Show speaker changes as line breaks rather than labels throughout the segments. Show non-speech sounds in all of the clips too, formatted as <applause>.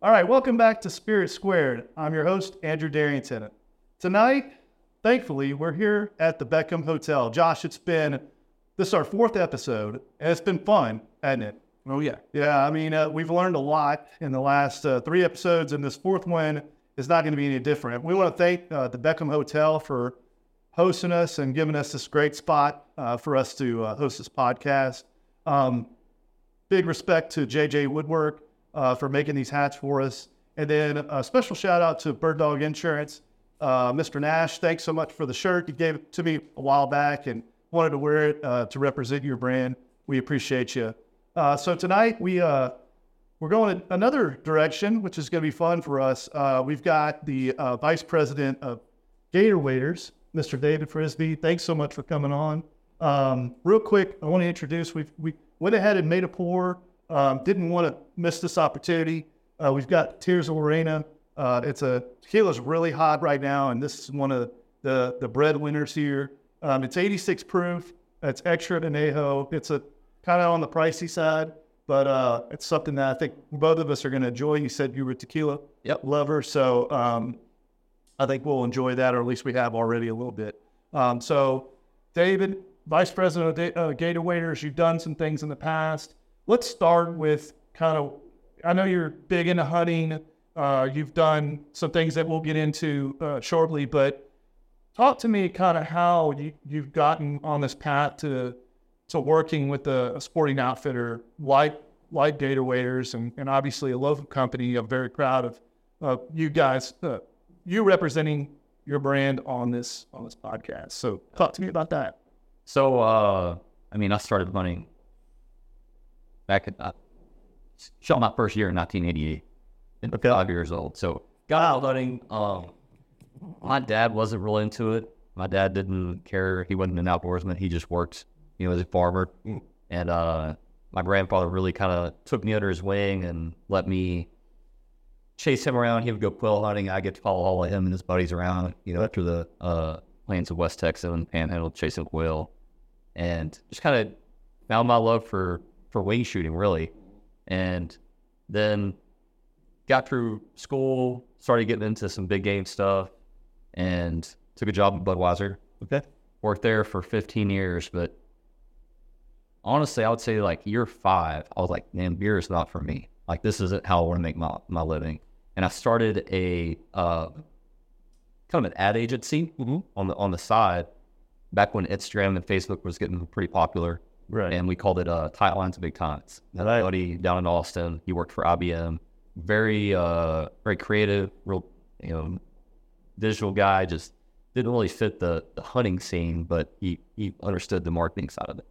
All right, welcome back to Spirit Squared. I'm your host, Andrew Darrington. Tonight, thankfully, we're here at the Beckham Hotel. Josh, it's been, this is our fourth episode, and it's been fun, hasn't it?
Oh yeah.
Yeah, I mean, uh, we've learned a lot in the last uh, three episodes, and this fourth one is not going to be any different. We want to thank uh, the Beckham Hotel for hosting us and giving us this great spot uh, for us to uh, host this podcast. Um, big respect to JJ Woodwork uh, for making these hats for us. And then a special shout out to Bird Dog Insurance. Uh, Mr. Nash, thanks so much for the shirt. You gave it to me a while back and wanted to wear it uh, to represent your brand. We appreciate you. Uh, so tonight we uh, we're going in another direction, which is going to be fun for us. Uh, we've got the uh, vice president of Gator Waiters, Mr. David Frisby. Thanks so much for coming on. Um, real quick, I want to introduce. We we went ahead and made a pour. Um, didn't want to miss this opportunity. Uh, we've got Tears of Lorena. Uh, it's a tequila's really hot right now, and this is one of the the breadwinners here. Um, it's 86 proof. It's extra añejo. It's a kind of on the pricey side, but uh, it's something that I think both of us are going to enjoy. You said you were a tequila
Yep.
lover, so um, I think we'll enjoy that, or at least we have already a little bit. Um, so, David, Vice President of Da- uh, Gator Waiters, you've done some things in the past. Let's start with kind of, I know you're big into hunting. Uh, you've done some things that we'll get into uh, shortly, but talk to me kind of how you, you've gotten on this path to to working with a, a sporting outfitter like like Gator Waiters and, and obviously a local company. I'm very proud of uh, you guys, uh, you representing your brand on this on this podcast. So talk to me about that.
So uh, I mean, I started hunting back at uh, shot my first year in 1988. Been five years old. So got out hunting. Um, my dad wasn't real into it. My dad didn't care. He wasn't an outdoorsman. He just worked. He was a farmer. And uh, my grandfather really kind of took me under his wing and let me chase him around. He would go quail hunting. I get to follow all of him and his buddies around, you know, through the uh, plains of West Texas and Panhandle, chasing quail, and just kind of found my love for for wing shooting really, and then got through school, started getting into some big game stuff, and took a job at Budweiser.
Okay.
Worked there for 15 years, but honestly, I would say like year five, I was like, man, beer is not for me. Like this isn't how I want to make my, my living. And I started a uh, kind of an ad agency on the on the side back when Instagram and Facebook was getting pretty popular.
Right.
And we called it uh, Tight Lines and Big Tines. Now, that buddy down in Austin, he worked for IBM. Very uh, very creative, real you know visual guy. Just didn't really fit the, the hunting scene, but he, he understood the marketing side of it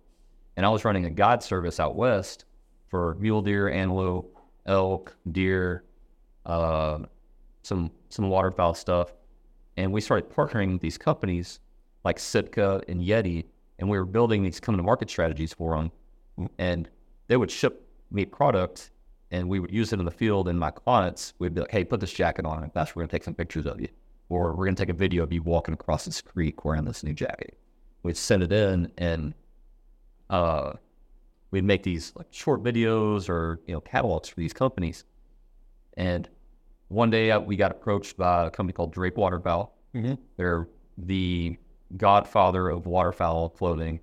and I was running a guide service out west for mule deer, antelope, elk, deer, uh, some some waterfowl stuff, and we started partnering with these companies like Sitka and Yeti, and we were building these coming to market strategies for them, and they would ship me product, and we would use it in the field. And my clients, we'd be like, "Hey, put this jacket on, and that's we're gonna take some pictures of you, or we're gonna take a video of you walking across this creek wearing this new jacket." We'd send it in, and uh, we'd make these like short videos or you know catalogs for these companies. And one day uh, we got approached by a company called Drape Waterfowl.
Mhm.
They're the godfather of waterfowl clothing.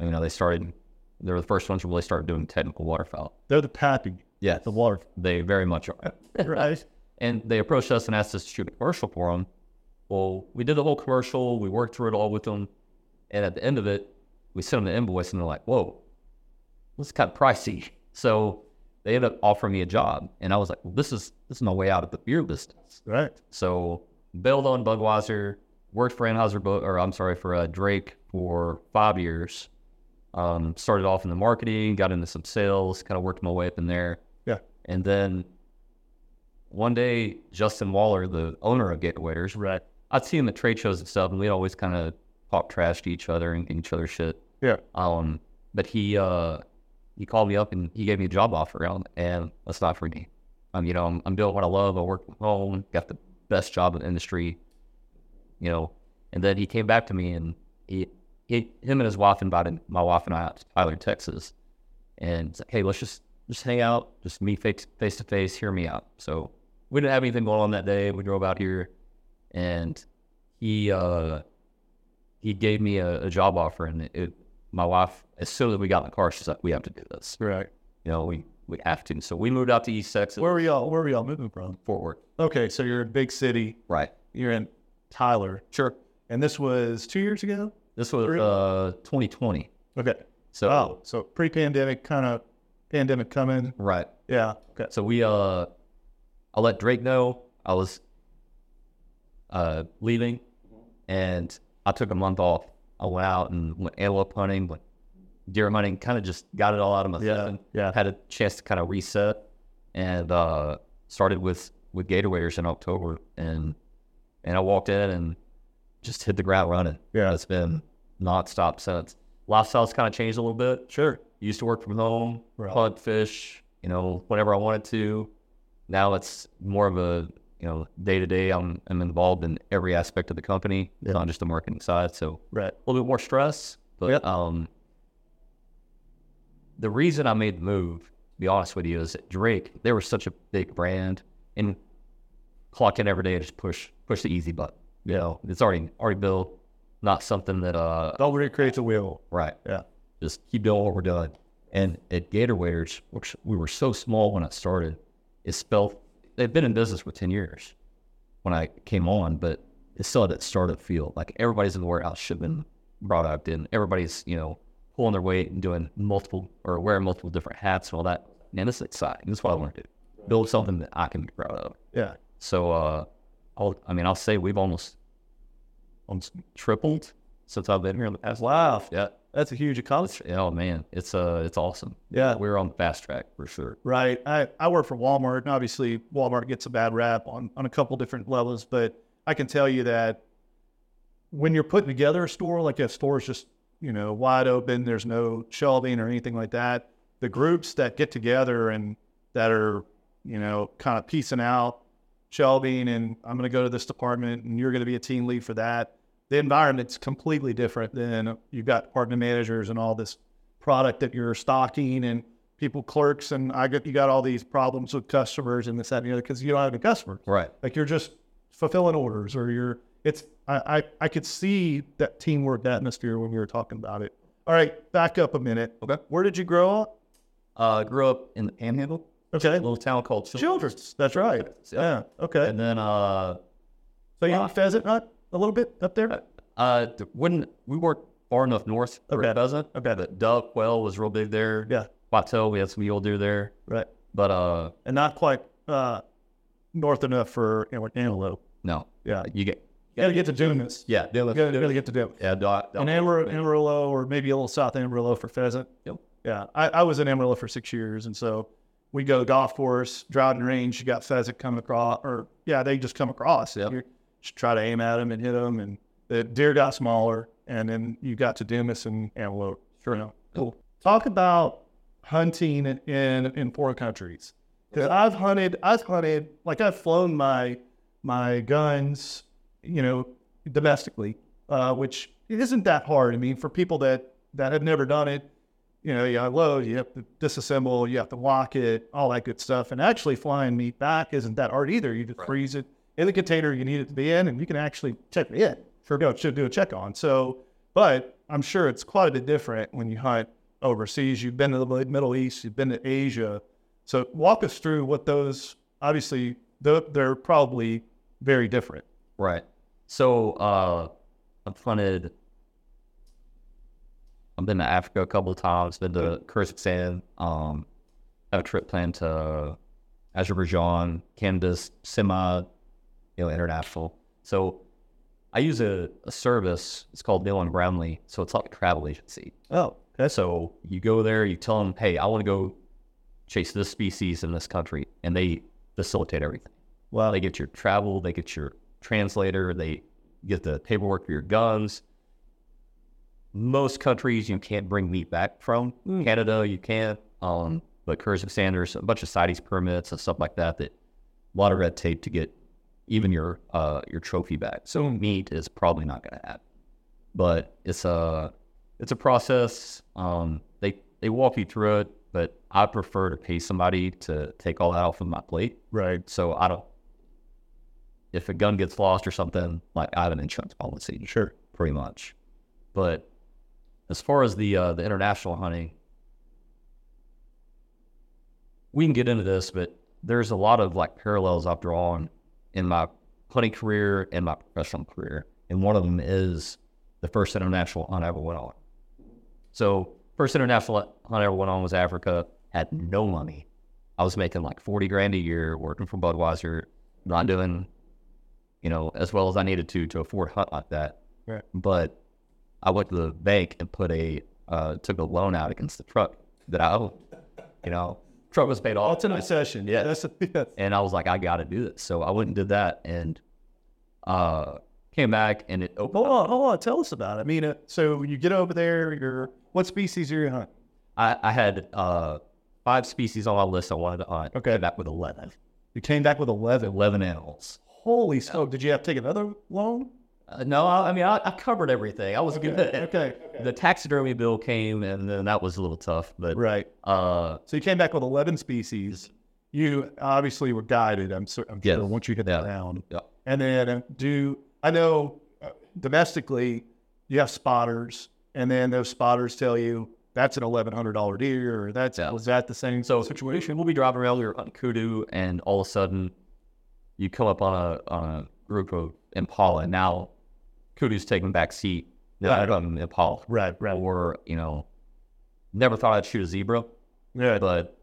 You know, they started. They were the first ones to really start doing technical waterfowl.
They're the pappy.
Yeah, the
water.
They very much are.
Right.
And they approached us and asked us to shoot a commercial for them. Well, we did the whole commercial. We worked through it all with them. And at the end of it, we sent them the invoice and they're like, whoa, this is kind of pricey. <laughs> So they ended up offering me a job. And I was like, well, this is, this is my way out of the beer business.
right.
So bailed on Budweiser, worked for Anheuser, or I'm sorry, for uh, Drake for five years. Um, started off in the marketing, got into some sales, kind of worked my way up in there.
Yeah.
And then one day, Justin Waller, the owner of Gator Waiters,
Right.
I'd see him at trade shows and stuff, and we'd always kind of talk trash to each other and, and each other's shit.
Yeah.
Um, but he uh, he called me up and he gave me a job offer, and, and that's not for me. Um, you know, I'm, I'm doing what I love. I work from home, got the best job in the industry. You know, and then he came back to me and he, he him and his wife invited my wife and I out to Tyler, Texas, and it's like, hey, let's just just hang out, just meet face face to face, hear me out. So we didn't have anything going on that day. We drove out here, and he uh, he gave me a, a job offer, and it, it, my wife, as soon as we got in the car, she's like, "We have to do this.
Right.
You know, we we have to." So we moved out to East Texas,
Where were y'all? Where were y'all moving from?
Fort Worth.
Okay, so you're in big city.
Right.
You're in Tyler,
Sure.
and this was two years ago.
This was
Really?
uh 2020.
Okay.
So
oh, so pre-pandemic, kind of pandemic coming.
right.
Yeah. Okay.
So we uh I let Drake know I was uh leaving and I took a month off. I went out and went antelope hunting, went deer hunting, kinda just got it all out of my
Yeah,
system.
yeah.
Had a chance to kind of reset and uh started with with Gatorators in October and and I walked in and just hit the ground running.
Yeah.
It's been nonstop since. Lifestyle's kind of changed a little bit
Sure.
used to work from home,
Right.
hunt, fish, you know, whenever I wanted to. Now it's more of a, you know, day to day. I'm I'm involved in every aspect of the company,
Yeah.
not just the marketing side. So
Right.
a little bit more stress, but
Yeah.
um, the reason I made the move, to be honest with you, is that Drake. They were such a big brand, and clock in every day and just push push the easy button. You know, it's already already built. Not something that uh
Don't recreate the wheel.
right
Yeah.
just keep doing what we're doing. And at Gator Waiters, which we were so small when I started, it spelled they've been in business for ten years when I came on, but it still had that startup feel. Like everybody's in the warehouse shipping product and everybody's, you know, pulling their weight and doing multiple or wearing multiple different hats and all that. And it's exciting. That's what I want to do. Build something that I can be proud of.
Yeah.
So uh I'll, I mean I'll say we've almost
Almost-
tripled since I've been here in the past
Wow.
yeah.
That's a huge accomplishment.
Oh man, it's uh, it's awesome.
Yeah.
we're on fast track for sure.
Right. I, I work for Walmart, and obviously Walmart gets a bad rap on, on a couple different levels, but I can tell you that when you're putting together a store, like if store's just, you know, wide open, there's no shelving or anything like that, the groups that get together and that are, you know, kind of piecing out shelving and I'm going to go to this department and you're going to be a team lead for that. The environment's completely different than you've got department managers and all this product that you're stocking and people clerks and I got you got all these problems with customers and this that and the other because you don't have any customers
Right.
like you're just fulfilling orders or you're it's I, I I could see that teamwork atmosphere when we were talking about it. All right, back up a minute.
Okay.
Where did you grow up?
Uh, grew up in the Panhandle, a
Okay,
little town called Chil-
Childress. That's right. Yeah. Okay.
and then uh,
So you eat pheasant hunt a little bit up there.
uh, th- when we weren't far enough north for
Okay.
pheasant,
Okay.
but duck, quail was real big there.
Yeah.
Bobtail, we had some mule deer there,
Right.
but uh,
And not quite uh, north enough for you know, antelope.
no,
Yeah.
you get
You gotta get to Dumas.
yeah, they left-
You gotta get to Dumas.
yeah, duck,
An Amarillo, Amarillo or maybe a little south of Amarillo for pheasant.
Yep.
Yeah. I, I was in Amarillo for six years. And so we go golf course, Droughton Range, you got pheasant coming across, or yeah, they just come across.
Yep.
You just try to aim at them and hit them. And the deer got smaller. And then you got to Dumas and Antelope. Sure enough. Cool. Talk about hunting in, in foreign countries. Because I've hunted, I've hunted, like I've flown my my guns, you know, domestically, uh, which it isn't that hard. I mean, for people that that have never done it, you know, you unload, you have to disassemble, you have to lock it, all that good stuff. And actually, flying meat back isn't that hard either. You just freeze it in the container you need it to be in, and you can actually check it in. Sure, go should do a check on. So, but I'm sure it's quite a bit different when you hunt overseas. You've been to the Middle East, you've been to Asia. So, walk us through what those. Obviously, tho- they're probably very different.
Right. So uh, I've hunted. I've been to Africa a couple of times. Been to Kyrgyzstan. Um, have a trip planned to Azerbaijan, Canada's semi, you know, international. So I use a, a service. It's called Neil and Brownlee. So it's like a travel agency.
Oh, that's
So you go there, you tell them, hey, I want to go chase this species in this country, and they facilitate everything.
wow.
They get your travel, they get your translator, they get the paperwork for your guns. Most countries you can't bring meat back from. Canada, you can. Um, but Kyrgyzstan, there's a bunch of CITES permits and stuff like that that a lot of red tape to get even your uh, your trophy back. So meat is probably not going to happen. But it's a it's a process. Um, they they walk you through it. but I prefer to pay somebody to take all that off of my plate.
Right.
So I don't. If a gun gets lost or something, like I have an insurance policy,
Sure.
pretty much. But as far as the uh, the international hunting, we can get into this, but there's a lot of like parallels I've drawn in my hunting career and my professional career, and one of them is the first international hunt I ever went on. So first international hunt I ever went on was Africa. Had no money. I was making like forty grand a year working for Budweiser, not doing, you know, as well as I needed to to afford a hunt like that.
Right.
But I went to the bank and put a uh, took a loan out against the truck that I owned. You know, truck was paid off.
It's an obsession.
Yeah.
That's
<laughs>
a, yes.
And I was like, I got to do this. So I went and did that and uh, came back and it oh, opened.
Hold on, hold on. Tell us about it. I mean, uh, so you get over there. You're what species are you hunting?
I, I had uh, five species on my list I wanted to hunt.
Okay.
Came back with 11.
You came back with eleven.
11 animals.
Holy smoke! Did you have to take another loan?
Uh, no, I, I mean, I, I covered everything. I was good.
<laughs> Okay.
The taxidermy bill came and then that was a little tough. But
Right.
uh,
So you came back with eleven species. You obviously were guided. I'm, sur- I'm
Yes.
sure once you hit
Yeah.
the ground.
Yeah.
And then uh, do I know uh, domestically you have spotters, and then those spotters tell you that's an eleven hundred dollar deer, or that's
Yeah.
was that the same
So
situation?
We'll be driving around. We were on Kudu, and all of a sudden, you come up on a on a group of Impala. and Now, Kudu's taking back seat.
Right.
Right. Um, Impala,
Right. Right.
or you know, never thought I'd shoot a zebra,
Yeah.
but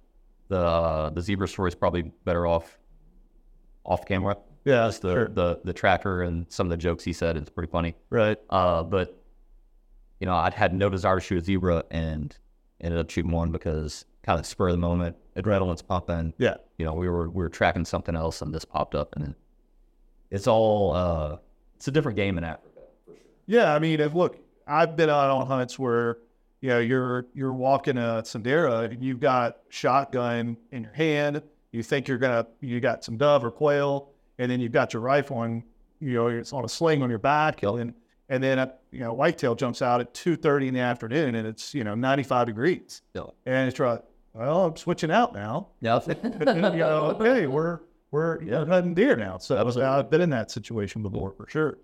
the uh, the zebra story is probably better off off camera.
Yeah.
That's the
sure.
the the tracker and some of the jokes he said. It's pretty funny.
Right.
Uh, but you know, I'd had no desire to shoot a zebra and ended up shooting one because kind of spur of the moment, adrenaline's pumping.
Yeah.
You know, we were we were tracking something else and this popped up and it, it's all uh it's a different game in Africa.
Yeah, I mean, if, look, I've been out on hunts where you know you're you're walking a sendera and you've got shotgun in your hand. You think you're gonna you got some dove or quail, and then you've got your rifle and you know it's on a sling on your back, and then and then uh, you know whitetail jumps out at two thirty in the afternoon and it's you know ninety five degrees,
So
and it's right. Well, I'm switching out now.
yeah.
you know, okay, we're we're you know, hunting deer now. So uh,
Absolutely.
I've been in that situation before for sure.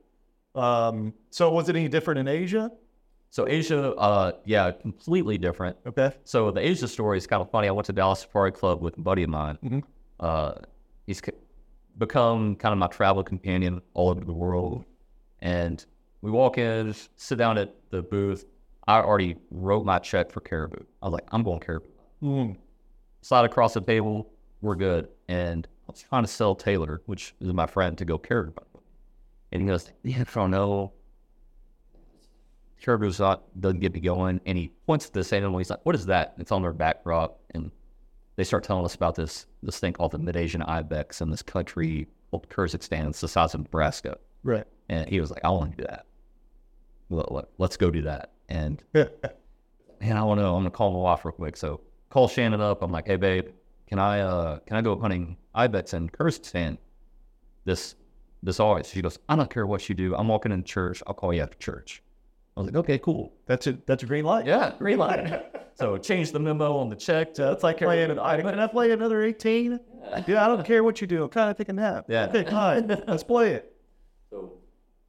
Um, so was it any different in Asia?
<laughs> so Asia, uh yeah, completely different.
Okay.
So the Asia story is kind of funny. I went to Dallas Safari Club with a buddy of mine.
Mhm.
Uh, he's c- become kind of my travel companion all over the world. And we walk in, sit down at the booth. I already wrote my check for caribou. I was like, I'm going caribou.
Mm.
Slide across the table, we're good. And I was trying to sell Taylor, which is my friend, to go caribou. And he goes, Yeah, I don't know. Caribou's not doesn't get me going. And he points at this animal. He's like, "What is that?" It's on their backdrop, and they start telling us about this this thing called the Mid Asian ibex in this country called Kyrgyzstan. It's the size of Nebraska.
Right.
And he was like, "I want to do that. Let, let, let's go do that." And man, I want to. I'm gonna call my wife real quick. So call Shannon up. I'm like, hey babe, can I uh can I go hunting ibex in Kyrgyzstan? This this always. She goes, I don't care what you do. I'm walking in church. I'll call you after church. I was like, okay, cool.
that's a that's a green light.
Yeah, green light. so change the memo on the check to it's like
Playing an item. Can I play another eighteen? Yeah, I don't care what you do. I'm trying to take a nap.
Yeah.
Okay, fine. Let's play it.
So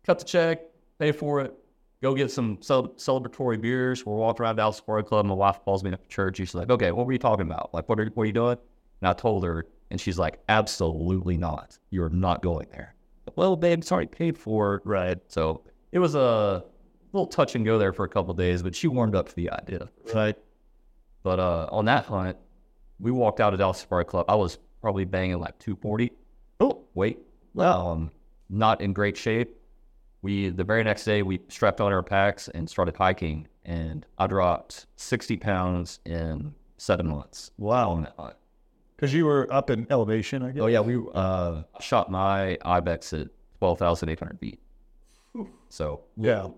cut the check, pay for it, go get some cel- celebratory beers. We're walking around Dallas Safari Club. My wife calls me up to church. She's like, okay, what were you talking about? Like, what are, what are you doing? And I told her, and she's like, absolutely not. You're not going there. Well, babe, it's already paid for. Right. So it was a little touch and go there for a couple of days, but she warmed up to the idea.
Right.
But uh, on that hunt, we walked out of Dallas Safari Club. I was probably banging like 240. Oh, wait. Um, not in great shape. We the very next day we strapped on our packs and started hiking, and I dropped 60 pounds in seven months.
Wow.
On that hunt.
Because you were up in elevation, I guess.
Oh yeah, we uh, shot my ibex at 12,800 feet. So
Yeah.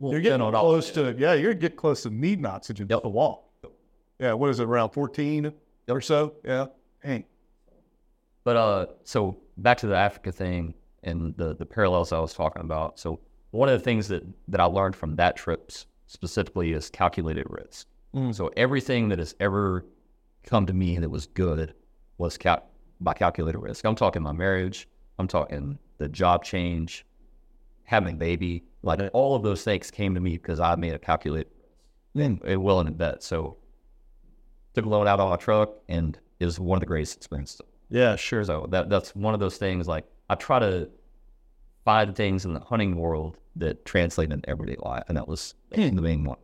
You're getting
on all-
close to yeah. You're getting close to needing oxygen
Yep.
to walk. Yeah. What is it? Around fourteen or so. Yeah. Hey.
But uh, so back to the Africa thing and the the parallels I was talking about. So one of the things that that I learned from that trip s- specifically is calculated risk.
Mm.
So everything that has ever come to me that was good was cal- my calculated risk. I'm talking my marriage. I'm talking the job change, having a baby. Like all of those things came to me because I made a calculated then it well in bet. So took a loan out on my truck and it was one of the greatest experiences.
Yeah, sure.
So that that's one of those things. Like I try to find things in the hunting world that translate into everyday life, and that was the main one.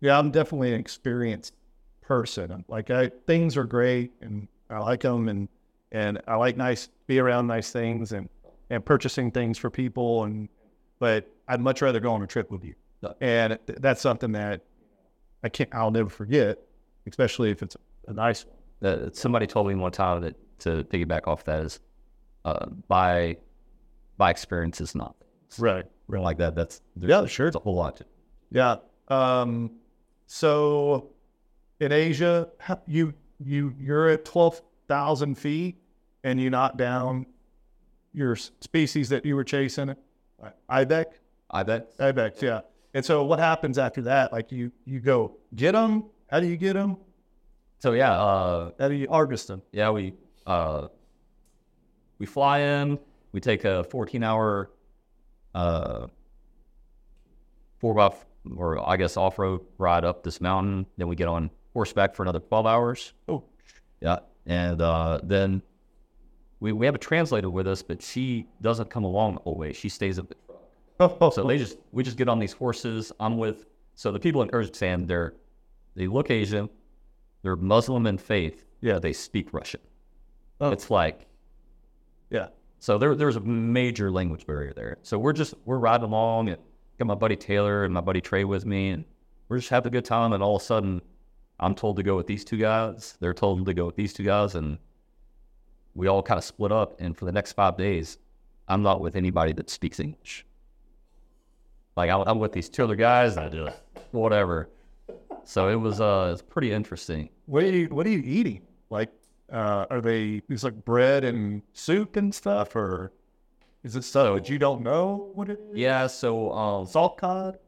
Yeah, I'm definitely an experienced person. Like I, things are great, and I like them, and and I like nice be around nice things, and and purchasing things for people, and but I'd much rather go on a trip with you,
Yeah.
and th- that's something that I can't. I'll never forget, especially if it's a nice one.
Uh, somebody told me one time that to piggyback off that is uh, by by experience is not
Right.
like that. That's
Yeah, sure.
There's a whole lot. To,
Yeah. Um, so in Asia, how- you you you're at twelve thousand feet, and you knock down your s- species that you were chasing, uh, ibex,
I bet.
ibex. Yeah. And so what happens after that? Like you you go get them. How do you get them?
So yeah, uh,
How do you harvest them?
yeah, we uh, we fly in. We take a 14 hour uh, four by f- or I guess off road ride up this mountain. Then we get on horseback for another 12 hours.
Oh,
Yeah, and uh, then we we have a translator with us, but she doesn't come along the whole way. She stays up.
oh,
So they just we just get on these horses. I'm with so the people in Kyrgyzstan. They're they look Asian. They're Muslim in faith.
Yeah.
but uh, they speak Russian.
Oh.
It's like
yeah.
so there there's a major language barrier there. So we're just we're riding along and got my buddy Taylor and my buddy Trey with me and we're just having a good time and all of a sudden I'm told to go with these two guys. They're told to go with these two guys and we all kind of split up and for the next five days I'm not with anybody that speaks English. Like I'm, I'm with these two other guys and I do whatever. So it was uh it's pretty interesting.
What are you What are you eating? Like, uh, are they? It's like bread and soup and stuff, or is it stuff that you don't know what it is?
Yeah, so um
Salt cod.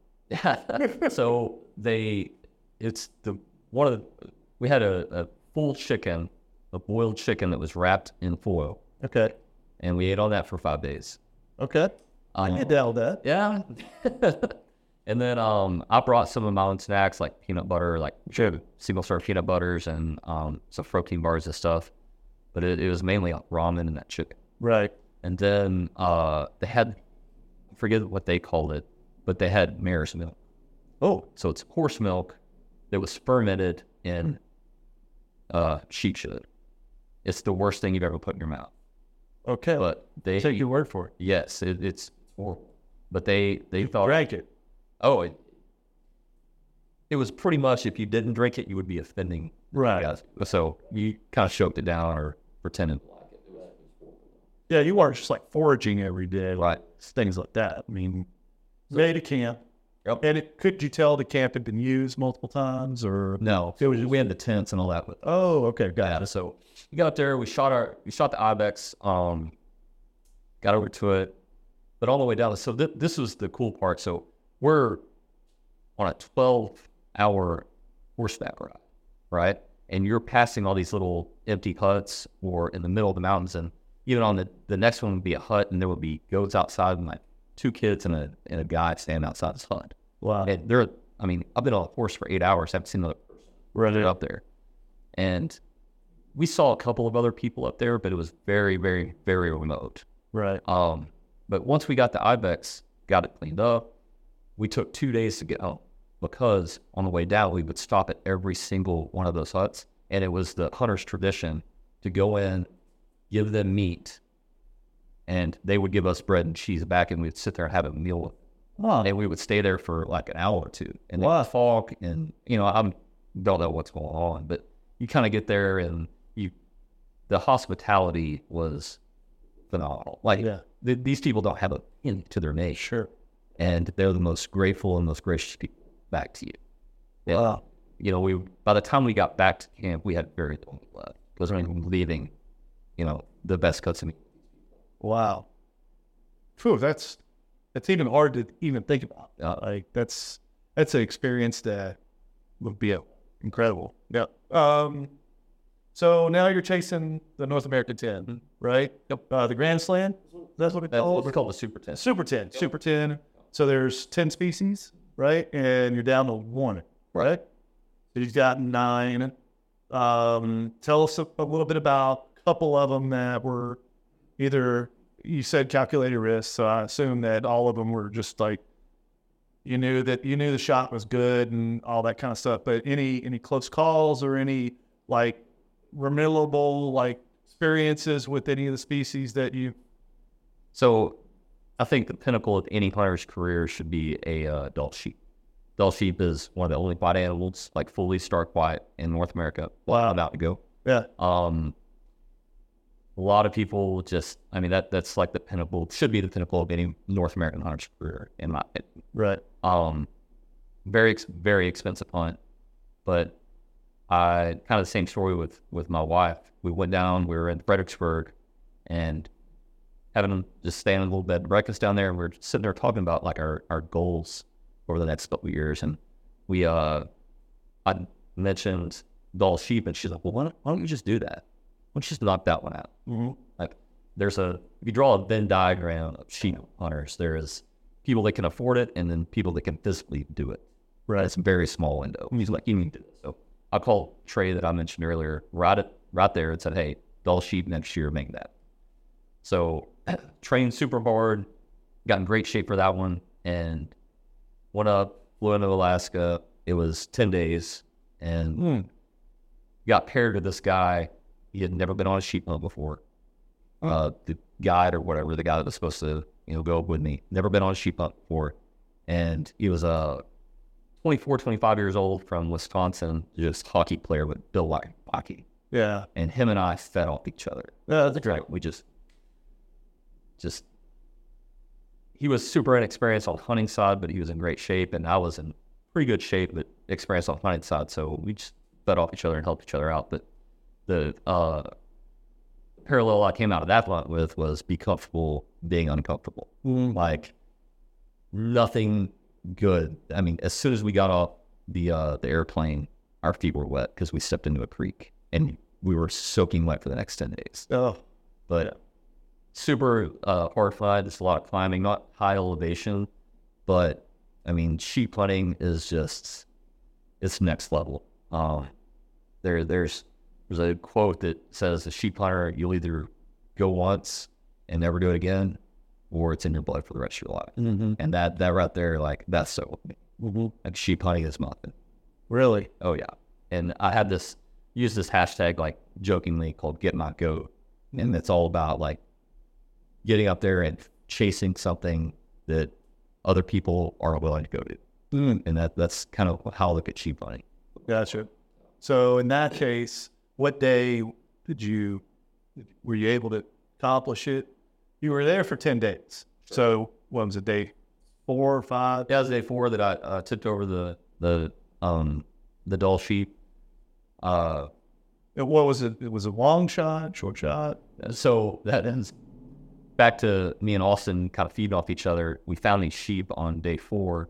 <laughs> so they, it's the one of the, we had a, a full chicken, a boiled chicken that was wrapped in foil,
Okay.
and we ate all that for five days.
Okay. I
Um,
can down with that.
yeah. <laughs> and then um, I brought some of my own snacks like peanut butter, like
Sure.
single serve peanut butters, and um, some protein bars and stuff. But it, it was mainly ramen and that chicken.
Right.
And then uh, they had, I forget what they called it, but they had mare's milk.
Oh,
So it's horse milk that was fermented in uh, sheep shit. It's the worst thing you've ever put in your mouth.
okay.
But they
Take your word for it.
yes, it, it's horrible. But they they thought
Drank it.
oh it, it was pretty much if you didn't drink it you would be offending the
Right.
guys. So you kind of choked it down or pretended like it.
Yeah, you are just like foraging every day, like
Right.
things like that. I mean, made a camp,
Yep.
and it, could you tell the camp had been used multiple times, or
No, it was, we had the tents and all that with
oh, okay, got
Yeah, so we got there, we shot our we shot the ibex, um, got over to it, but all the way down. So th- this was the cool part. So we're on a twelve hour horseback ride, right? And you're passing all these little empty huts or in the middle of the mountains, and even on the the next one would be a hut, and there would be goats outside, and like two kids and a and a guy standing outside this hut.
wow,
And they're, I mean, I've been on a horse for eight hours, haven't seen another
right,
up there. And we saw a couple of other people up there, but it was very, very, very remote.
right,
Um, but once we got the Ibex, got it cleaned up, we took two days to get home because on the way down, we would stop at every single one of those huts. And it was the hunter's tradition to go in, give them meat, and they would give us bread and cheese back, and we'd sit there and have a meal with
wow,
and we would stay there for like an hour or two and
Wow.
wow. fog and you know i'm don't know what's going on but you kind of get there and you the hospitality was phenomenal like
Yeah.
th- these people don't have a pin to their name
sure,
and they're the most grateful and most gracious people back to you And,
wow,
you know we by the time we got back to camp we had very little left because we were leaving you know the best cuts of meat
wow. Phew, that's that's even hard to even think about.
Uh,
Like that's that's an experience that would be uh, incredible. Yeah. Um, So now you're chasing the North American 10, right?
Yep.
Uh, the Grand Slam. Mm-hmm. That's what it's
That's
called.
what's called a super test.
Super 10. Super 10. So there's 10 species, right? And you're down to one, right? So you've got nine. Um, tell us a, a little bit about a couple of them that were either, you said calculated risk. So I assume that all of them were just like, you knew that you knew the shot was good and all that kind of stuff, but any any close calls or any like memorable like experiences with any of the species that you
So I think the pinnacle of any hunter's career should be a uh, adult sheep. Adult sheep is one of the only white animals, like fully stark white, in North America.
Wow.
About to go.
yeah
Um, a lot of people just, I mean, that that's like the pinnacle, should be the pinnacle of any North American hunter's career, in my opinion.
right
Um, very ex- very expensive hunt, but I kind of the same story with with my wife. We went down. We were in Fredericksburg, and having just staying in a little bed and breakfast down there, and we were sitting there talking about like our our goals over the next couple of years, and we uh, I mentioned doll sheep, and she's like, well, why don't, why don't we just do that? Why don't you just knock that one out?
mm-hmm.
like there's a if you draw a Venn diagram of sheep hunters, there is people that can afford it and then people that can physically do it.
Right.
It's a very small window. He's like, you need to do this. So I called Trey that I mentioned earlier, right it right there and said, Hey, dull sheep next year, make that. So <clears throat> trained super hard, got in great shape for that one and went up, flew into Alaska. It was ten days and
Hmm.
got paired with this guy. He had never been on a sheep hunt before. Uh, the guide or whatever, the guy that was supposed to you know go with me, never been on a sheep hunt before, and he was uh, 24, 25 years old from Wisconsin, just hockey player with Bill like hockey,
yeah
and him and I fed off each other.
uh,
That's right. We just, just, he was super inexperienced on hunting side, but he was in great shape, and I was in pretty good shape, but experienced on hunting side. So we just fed off each other and helped each other out. But the uh, parallel I came out of that blunt with was be comfortable being uncomfortable.
mm,
Like nothing good. I mean, as soon as we got off the uh, the airplane, our feet were wet because we stepped into a creek and we were soaking wet for the next ten days
oh
but super uh, hard fly. There's a lot of climbing, not high elevation, but I mean, sheep hunting is just it's next level. Um, there, there's there's a quote that says, "A sheep hunter, you'll either go once and never do it again, or it's in your blood for the rest of your life."
mm-hmm.
And that that right there, like that's so
Mm-hmm.
like sheep hunting is nothing.
really
Oh yeah. And I had this use this hashtag like jokingly called get my goat. And it's all about like getting up there and chasing something that other people are willing to go to.
Mm.
And that that's kind of how I look at sheep hunting.
gotcha so in that case what day did you were you able to accomplish it you were there for 10 days so what was it day four or five
That was day four that I uh, tipped over the the um the dull sheep. Uh
And what was it it was a long shot short shot
so that ends back to me and Austin kind of feeding off each other. We found these sheep on day four,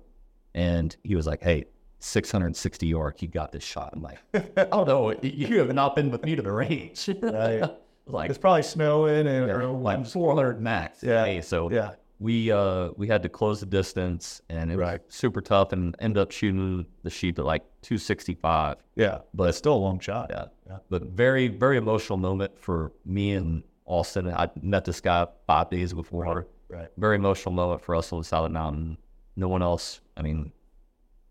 and he was like, "Hey, 660 yard, you got this shot." I'm like, <laughs> "Oh no, you have not been with me to the range." <laughs> like,
it's probably snowing and
like 400 max.
Yeah.
Hey, so
yeah
we uh we had to close the distance, and it
Right.
was super tough, and ended up shooting the sheep at like 265
yeah
But-
it's still a long shot
that.
Yeah.
But very, very emotional moment for me and Austin. I met this guy five days before.
right
Very emotional moment for us on the side of the mountain. No one else, I mean,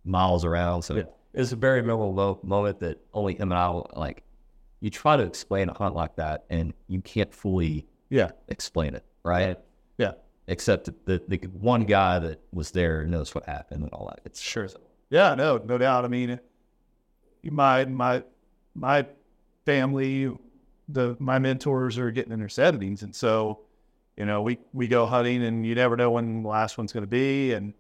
miles around. So
Yeah.
it's a very memorable mo- moment that only him and I, will- like, you try to explain a hunt like that and you can't fully
yeah
explain it, right?
yeah
Except that the, the one guy that was there knows what happened and all that. It's
Sure. Yeah, no, no doubt. I mean, my my my family, the my mentors are getting in their seventies, and so you know we we go hunting, and you never know when the last one's going to be, and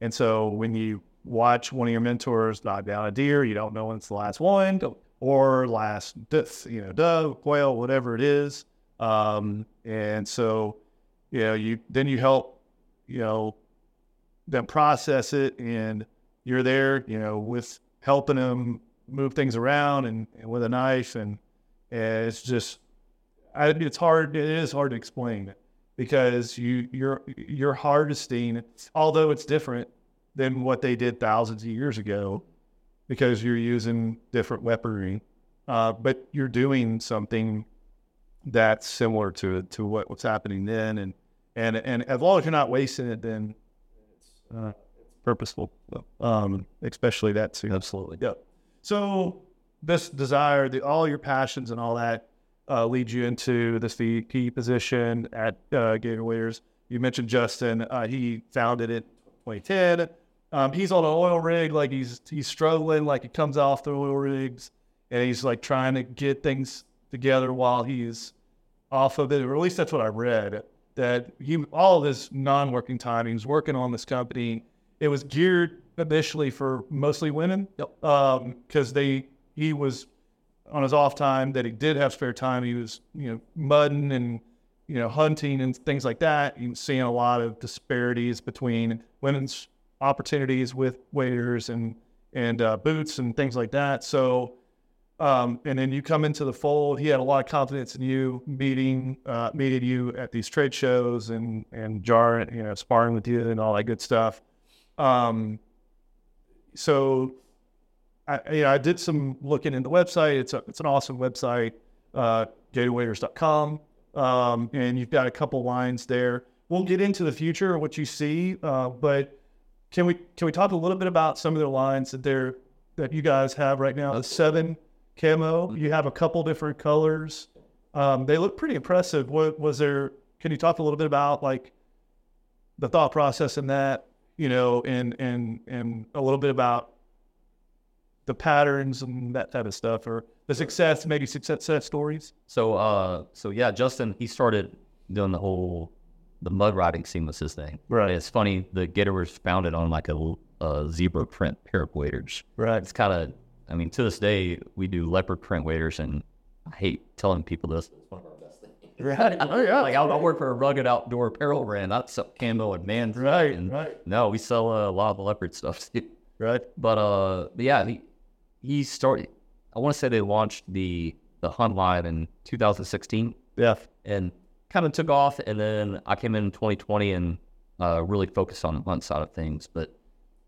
and so when you watch one of your mentors knock down a deer, you don't know when it's the last one or last d- you know dove, quail, whatever it is, um, and so you know you then you help you know them process it and you're there you know with helping them move things around and, and with a knife and And it's just, I, it's hard. It is hard to explain because you you're you're harvesting, although it's different than what they did thousands of years ago, because you're using different weaponry, uh, but you're doing something that's similar to to what, what's happening then, and and and as long as you're not wasting it, then it's uh, purposeful. Um, especially that too.
Absolutely.
Yeah. So this desire, the, all your passions and all that uh, leads you into this the key position at uh, Gators. You mentioned Justin. Uh, he founded it 2010. Um, he's on an oil rig, like he's he's struggling, like he comes off the oil rigs, and he's like trying to get things together while he's off of it. Or at least that's what I read. That he all this non-working time, he was working on this company. It was geared initially for mostly women, because they he was on his off time that he did have spare time. He was, you know, mudding and, you know, hunting and things like that. You was seeing a lot of disparities between women's opportunities with waders and, and uh, boots and things like that. So, um, and then you come into the fold. He had a lot of confidence in you meeting, uh, meeting you at these trade shows and, and jar, you know, sparring with you and all that good stuff. Um, so I, you know, I did some looking in the website. It's a, it's an awesome website, uh, gatewayers.com. Um, and you've got a couple lines there. We'll get into the future, what you see. Uh, but can we, can we talk a little bit about some of the lines that they're, that you guys have right now? The seven camo, you have a couple different colors. Um, they look pretty impressive. What was there, can you talk a little bit about like the thought process in that, you know, and, and, and a little bit about the patterns and that type of stuff, or the success, maybe success stories.
So, uh, so yeah, Justin, he started doing the whole the mud riding scene was his thing.
Right.
And it's funny. The gator was founded on like a, a zebra print pair of waders.
Right.
It's kind of, I mean, to this day we do leopard print waders, and I hate telling people this. It's one of our best things.
<laughs> Right.
Oh yeah. <laughs> Like I, I work for a rugged outdoor apparel brand. I sell camo and man.
Right,
and
right.
No, we sell uh, a lot of leopard stuff too.
Right.
But uh, but yeah, he he started. I want to say they launched the the hunt line in 2016
Yeah.
and kind of took off. And then I came in 2020 and uh, really focused on the hunt side of things. But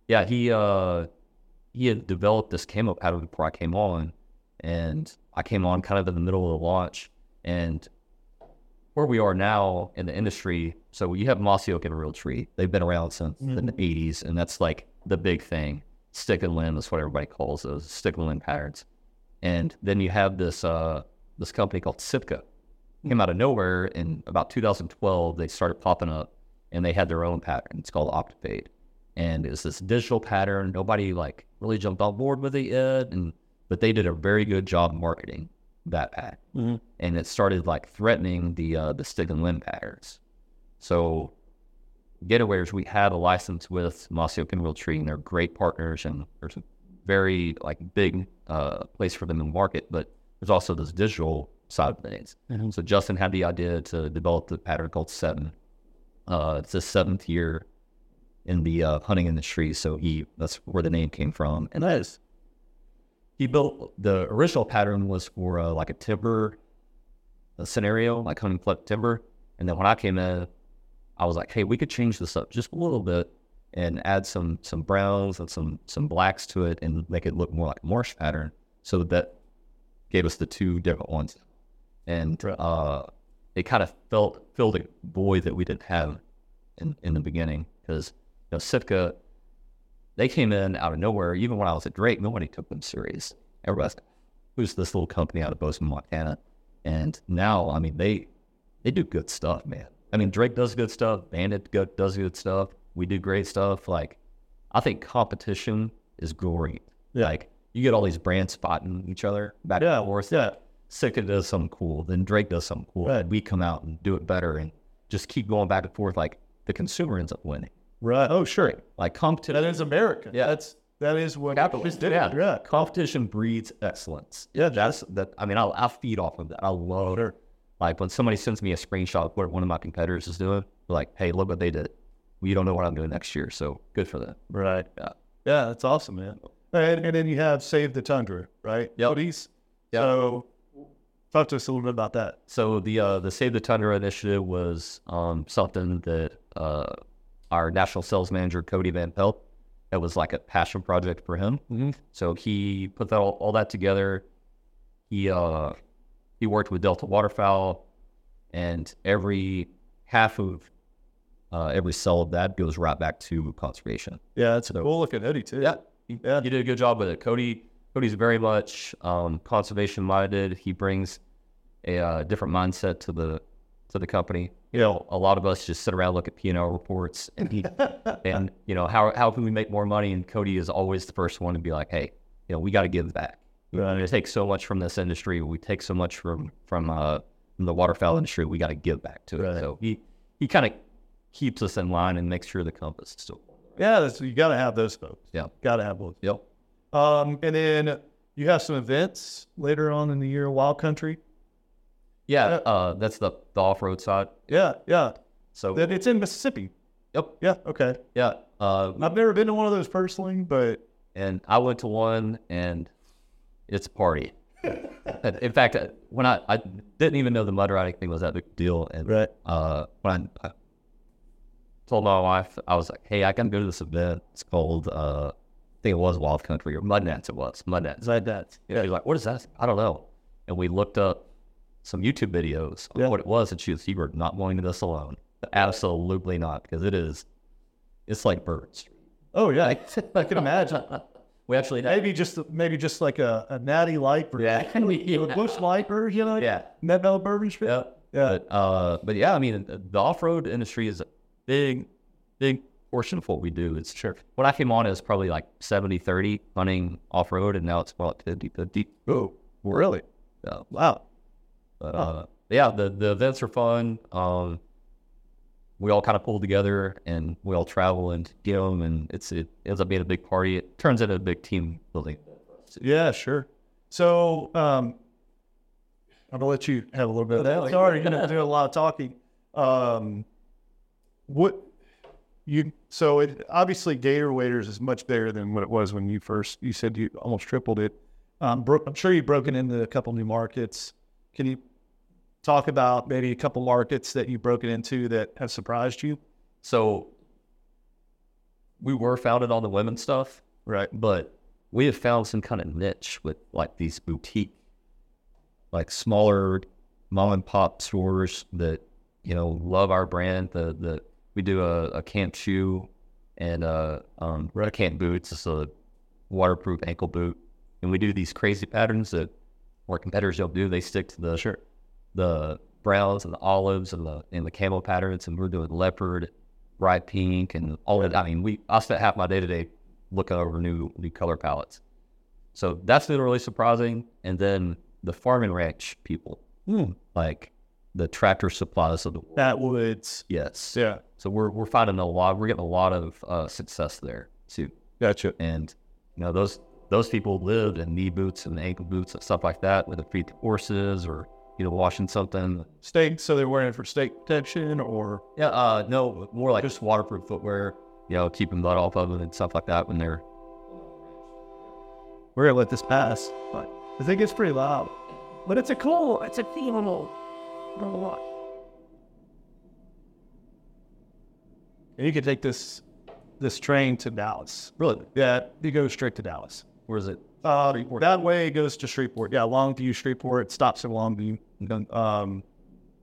yeah, he uh, he had developed this camo pattern before I came on, and I came on kind of in the middle of the launch. And where we are now in the industry, so you have Mossy Oak and Real Tree. They've been around since the 80s, and that's like the big thing. Stick and limb is what everybody calls those stick and limb patterns. And then you have this uh, this company called Sitka, came out of nowhere in about 2012. They started popping up, and they had their own pattern. It's called Optifade, and it's this digital pattern. Nobody like really jumped on board with it yet, and but they did a very good job marketing that pattern, and it started like threatening the uh, the stick and limb patterns. So getaways we had a license with Mossy Pinwheel Tree, and they're great partners, and there's a very like big uh, place for them in the market. But there's also this digital side of things. So Justin had the idea to develop the pattern called Seven. Uh, it's the seventh year in the uh, hunting industry, so he that's where the name came from, and that is he built the original pattern was for uh, like a timber uh, scenario, like hunting pluck timber, and then when I came in, I was like, hey, we could change this up just a little bit and add some some browns and some some blacks to it and make it look more like a marsh pattern. So that gave us the two different ones, and
Right.
uh, it kind of felt filled a void that we didn't have in in the beginning because you know Sitka they came in out of nowhere. Even when I was at Drake, nobody took them serious. Everybody's like, who's this little company out of Bozeman, Montana? And now, I mean, they they do good stuff, man. I mean, Drake does good stuff. Bandit go, does good stuff. We do great stuff. Like, I think competition is great.
Yeah.
Like, you get all these brands fighting each other back
Yeah,
and forth.
yeah.
Sitka does something cool, then Drake does something cool.
Right.
and We come out and do it better and just keep going back and forth. Like, the consumer ends up winning.
Right. Oh, sure.
Like, competition.
That is America.
Yeah.
That's that is what
Capitalism.
did. Yeah.
Yeah.
yeah.
Competition breeds excellence.
Yeah,
that's that. I mean, I, I feed off of that. I love it. Like when somebody sends me a screenshot of what one of my competitors is doing, like, hey, look what they did. Well, you don't know what I'm doing next year, so good for them.
Right.
Yeah.
Yeah, that's awesome, man. And, and then you have Save the Tundra, right?
Yep.
Cody's.
Yep.
So Talk to us a little bit about that.
So the uh, the Save the Tundra initiative was um, something that uh, our national sales manager Cody Van Pelt. It was like a passion project for him.
Mhm.
So he put that all, all that together. He uh, he worked with Delta Waterfowl, and every half of uh, every cell of that goes right back to conservation.
Yeah, that's a
So-
cool looking hoodie too.
Yeah, he,
Yeah.
he did a good job with it. Cody, Cody's very much um, conservation minded. He brings a uh, different mindset to the to the company. You know, a lot of us just sit around look at P and L reports
<laughs>
and he, and you know how how can we make more money? And Cody is always the first one to be like, hey, you know, we got to give back.
Right.
We take so much from this industry. We take so much from from uh, from the waterfowl industry. We got to give back to
Right.
it. So he he kind of keeps us in line and makes sure the compass is still.
Yeah, that's you got to have those folks.
Yeah.
got to have those.
Yep.
Um, and then you have some events later on in the year, Wild Country.
Yeah, uh, that's the, the off road side.
Yeah, yeah.
So
That it's in Mississippi.
Yep.
Yeah. Okay.
yeah, uh,
I've never been to one of those personally, but
and I went to one, and it's
<laughs>
a party. And In fact, I- when I, I didn't even know the mud riding thing was that big deal, and
right.
uh, when I, I told my wife, I was like, "Hey, I can go to this event. It's called, uh, I think it was Wild Country or Mud Nats. It was Mud Nats.
like that.
Yeah. She's like, what is that? I don't know. And we looked up some YouTube videos of
Yeah.
what it was, and she was, you were not going to this alone. Absolutely not, because it is, it's like birds.
Oh yeah, <laughs> I, can imagine.
We actually had,
Maybe just maybe just like a, a natty light or
<laughs> yeah,
a bush light or you know,
yeah,
Met Bell bourbon strip.
yeah.
Yeah.
But, uh, but yeah, I mean, the off-road industry is a big, big portion of what we do. It's
Sure.
When I came on, it was probably like 70, 30 hunting off-road, and now it's about 50, 50.
Oh, really?
Yeah.
Wow.
But uh, yeah, the, the events are fun. Um, we all kind of pull together and we all travel and do them, and it's it ends up being a big party. It turns into a big team building.
Yeah, sure. So um, I'm gonna let you have a little bit of
No,
that. Sorry, you're gonna do a lot of talking. Um, what you so it obviously Gator Waiters is much bigger than what it was when you first you said you almost tripled it. Um, bro- I'm sure you've broken into a couple new markets. Can you talk about maybe a couple markets that you've broken into that have surprised you?
So we were founded on the women stuff,
Right.
but we have found some kind of niche with like these boutique, like smaller mom and pop stores that you know love our brand. The the we do a, a camp shoe and a um, red camp boots. It's a waterproof ankle boot, and we do these crazy patterns that our competitors don't do. They stick to the
Sure.
the browns and the olives and the and the camel patterns, and we're doing leopard, bright pink, and all that. I mean, we I spent half my day today looking over new new color palettes. So that's been really surprising. And then the farm and ranch people,
Hmm.
like the tractor supplies of the world.
That Woods.
Yes.
Yeah.
So we're we're finding a lot. We're getting a lot of uh, success there too.
Gotcha.
And you know those those people lived in knee boots and ankle boots and stuff like that, whether feed the horses or you know washing something.
Steak. So they're wearing it for steak protection or
Yeah, uh, no, more like just waterproof footwear, you know, keeping mud off of them and stuff like that when they're.
we're gonna let this pass. But I think it's pretty loud. But it's a cool, it's a phenomenal lot. And you can take this this train to Dallas.
Really?
Yeah, you go straight to Dallas.
Where is it?
Uh, that way it goes to Shreveport. Yeah, Longview, Shreveport. It stops at Longview. Um,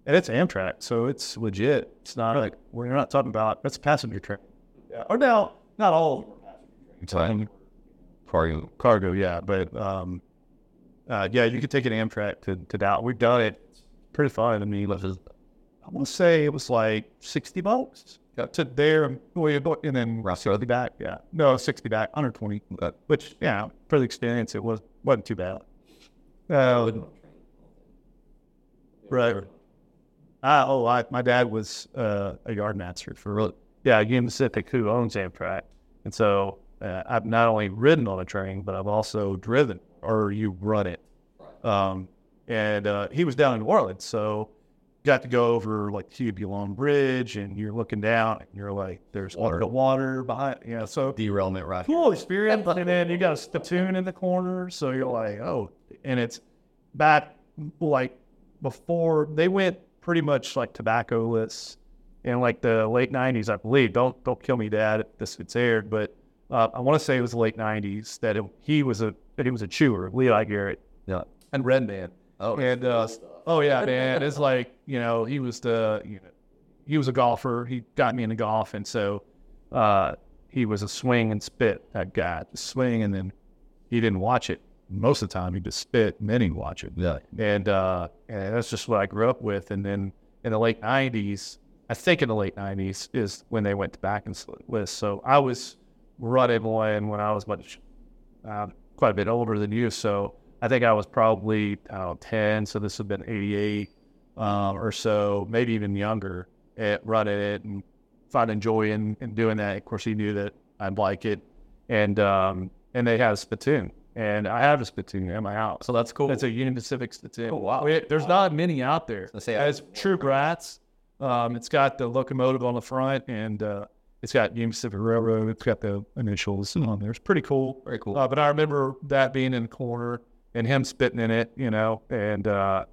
and it's Amtrak, so it's legit. It's not like we're not talking about that's a passenger train. Yeah. Or now, not all of them.
Time. Cargo.
cargo, yeah. But um, uh, yeah, you could take an Amtrak to, to Dallas. We've done it. It's pretty fun. I mean, let's just- I want to say it was like 60 bucks
Yeah.
to there well, you go- and then
Rough so
60 back. Yeah. No, 60 back, 120.
Okay.
Which, yeah, for the experience, it was, wasn't too bad. Uh, right. I, oh, I, my dad was uh, a yard master for
Really?
yeah, Union Pacific, who owns Amtrak. And so uh, I've not only ridden on a train, but I've also driven or you run it. Um, and uh, he was down in New Orleans. So got to go over like Cuba Long Bridge and you're looking down and you're like, there's water,
Water.
water behind. Yeah. So
Derailment right here.
cool experience. And then you got a spittoon in the corner. So you're like, oh, and it's back like before they went pretty much like tobaccoless in like the late '90s, I believe. Don't don't kill me, Dad, if this gets aired, but uh, I want to say it was the late '90s that it, he was a that he was a chewer, Levi Garrett
Yeah.
and Redman.
Oh,
and uh, oh yeah, man, it's like you know he was the you know he was a golfer. He got me into golf, and so uh, he was a swing and spit that guy, swing, and then he didn't watch it most of the time. He just spit, and then he'd watch it
yeah.
and uh, and that's just what I grew up with. And then in the late '90s, I think in the late '90s is when they went to back and list. So I was running one when I was much uh, quite a bit older than you. So I think I was probably I don't know, ten. So this would have been '88 uh, or so, maybe even younger at running it and finding joy in, in doing that. Of course, he knew that I'd like it, and um, and they had a spittoon. And I have a spittoon in my house.
So that's cool.
That's a Union Pacific statistic.
Oh, wow.
We- there's not many out there.
gonna say, I-
As true grats, um, it's got the locomotive on the front and uh, it's got Union Pacific Railroad. It's got the initials on there. It's pretty cool.
Very cool.
Uh, but I remember that being in the corner and him spitting in it, you know, and uh,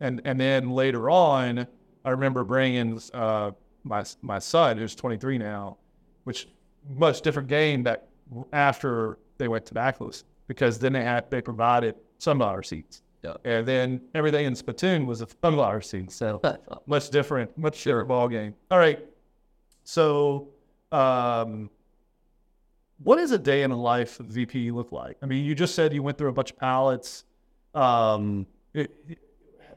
and and then later on, I remember bringing uh, my my son who's 23 now, which much different game that after they went tobaccoless because then they had they provided sunflower seeds,
Yeah.
and then everything in Spittoon was a sunflower seed, so much different, much different ball game. All right, so um, what does a day in the life of VP look like? I mean, you just said you went through a bunch of pallets. Um, it- it-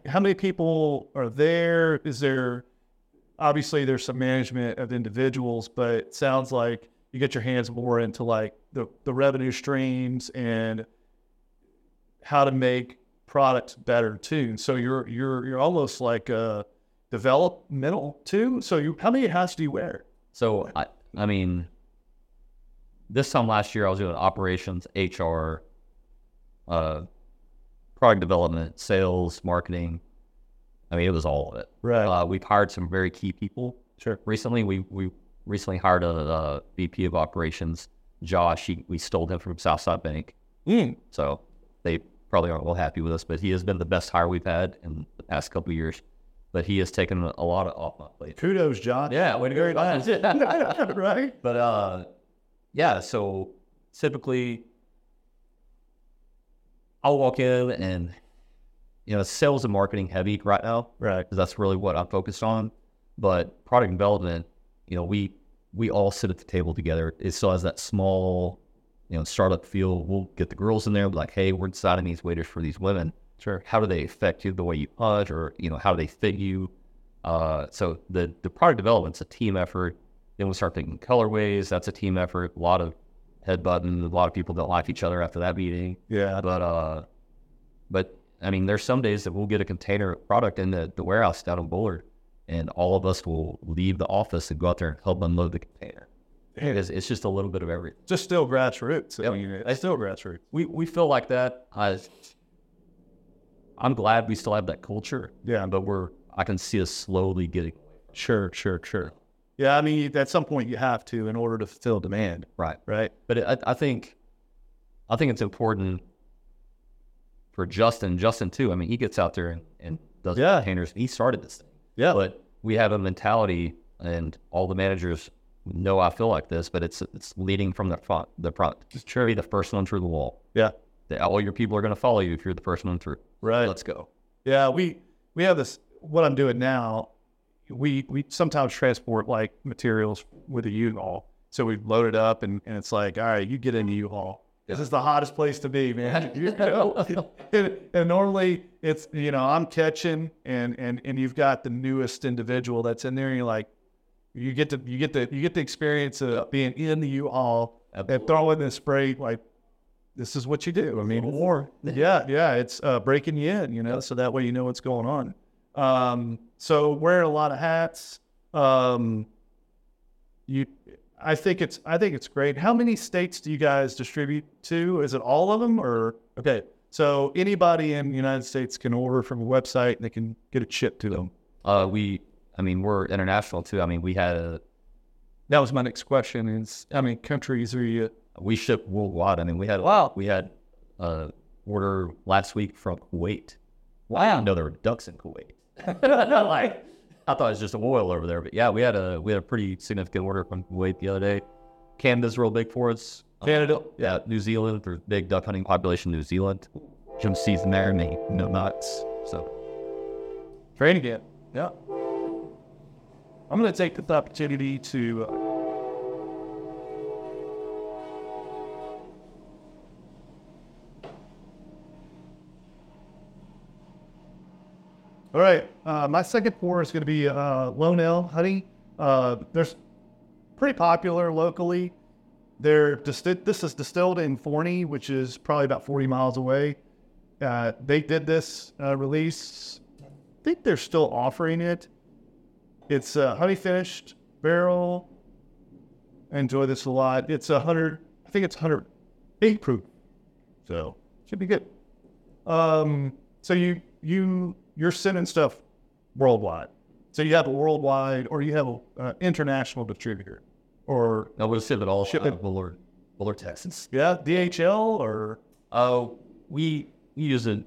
how many people are there? Is there obviously there's some management of individuals, but it sounds like you get your hands more into like the, the revenue streams and how to make products better too. So you're you're you're almost like a developmental too. So you how many hats do you wear?
So I, I mean, this time last year I was doing operations, HR, uh, product development, sales, marketing. I mean, it was all of it.
Right.
Uh, we've hired some very key people
sure.
recently. We we recently hired a, uh VP of operations, Josh. He, we stole him from Southside Bank,
Mm,
so they probably aren't well happy with us. But he has been the best hire we've had in the past couple of years. But he has taken a lot of off my plate.
kudos, John.
Yeah, way to
<laughs>
go, Josh.
right.
<laughs> But uh, yeah, so typically I'll walk in and, you know, it's sales and marketing heavy right now
Right.
because that's really what I'm focused on. But product development, you know, we we all sit at the table together. It still has that small, you know, startup feel. We'll get the girls in there, be like, hey, we're deciding these waiters for these women.
Sure.
How do they affect you the way you punch, or you know, how do they fit you? Uh, so the the product development's a team effort. Then we start thinking colorways. That's a team effort. A lot of head button. A lot of people don't like each other after that meeting.
Yeah.
But uh, but I mean, there's some days that we'll get a container of product in the, the warehouse down in Bullard, and all of us will leave the office and go out there and help unload the container.
Damn.
It's, it's just a little bit of everything.
Just still grassroots. I
Yep.
mean, it's still grassroots.
We we feel like that. I I'm glad we still have that culture,
Yeah.
but we're I can see us slowly getting
Sure. Sure. Sure. Yeah. I mean, at some point you have to in order to fulfill demand,
right.
right?
But I, I think I think it's important for Justin. Justin too. I mean, he gets out there and, and does
Yeah.
containers. He started this thing.
Yeah.
<laughs> but we have a mentality, and all the managers know I feel like this, but it's it's leading from the front. The front. Sure. Be the first one through the wall.
yeah.
That all your people are going to follow you if you're the first one through.
Right.
Let's go.
Yeah, we we have this. What I'm doing now, we we sometimes transport like materials with a U-Haul. So we load it up, and, and it's like, all right, you get in the U-Haul. This is the hottest place to be, man. <laughs> <laughs> You know? and, and normally it's you know I'm catching, and and and you've got the newest individual that's in there, and you're like, you get to you get the you get the experience of being in the U-Haul and
Absolutely.
throwing the spray like this is what you do. I mean, war. <laughs> Yeah, yeah. It's uh, breaking you in, you know, so that way you know what's going on. Um, so wearing a lot of hats. Um, you, I think it's, I think it's great. How many states do you guys distribute to? Is it all of them, or okay? So anybody in the United States can order from a website and they can get it shipped to them.
<laughs> Uh, we, I mean, we're international too. I mean, we had a,
That was my next question. Is how many countries are you?
we ship uh, worldwide. I mean, we had wow. We had a order last week from Kuwait. Well, I didn't know there were ducks in Kuwait. <laughs> Not like I thought it was just oil over there, but yeah, we had a we had a pretty significant order from Kuwait the other day. Canada's real big for us.
Uh,
Canada, yeah, New Zealand. There's a big duck hunting population in New Zealand. Jim season there, and they no nuts. So
Train again. Yeah. I'm going to take this opportunity to. Uh... All right. Uh, my second pour is going to be uh, Lone Elm honey. Uh, they're s- pretty popular locally. They're disti- this is distilled in Forney, which is probably about 40 miles away. Uh, they did this uh, release think they're still offering it. It's a honey finished barrel. I enjoy this a lot. It's a hundred. I think it's hundred eight proof, so should be good. Um, so you you you're sending stuff worldwide. So you have a worldwide, or you have an uh, international distributor, or
I would ship it all. Ship
it.
Willard, Willard, Texas.
yeah, DHL, or
Oh, we we use a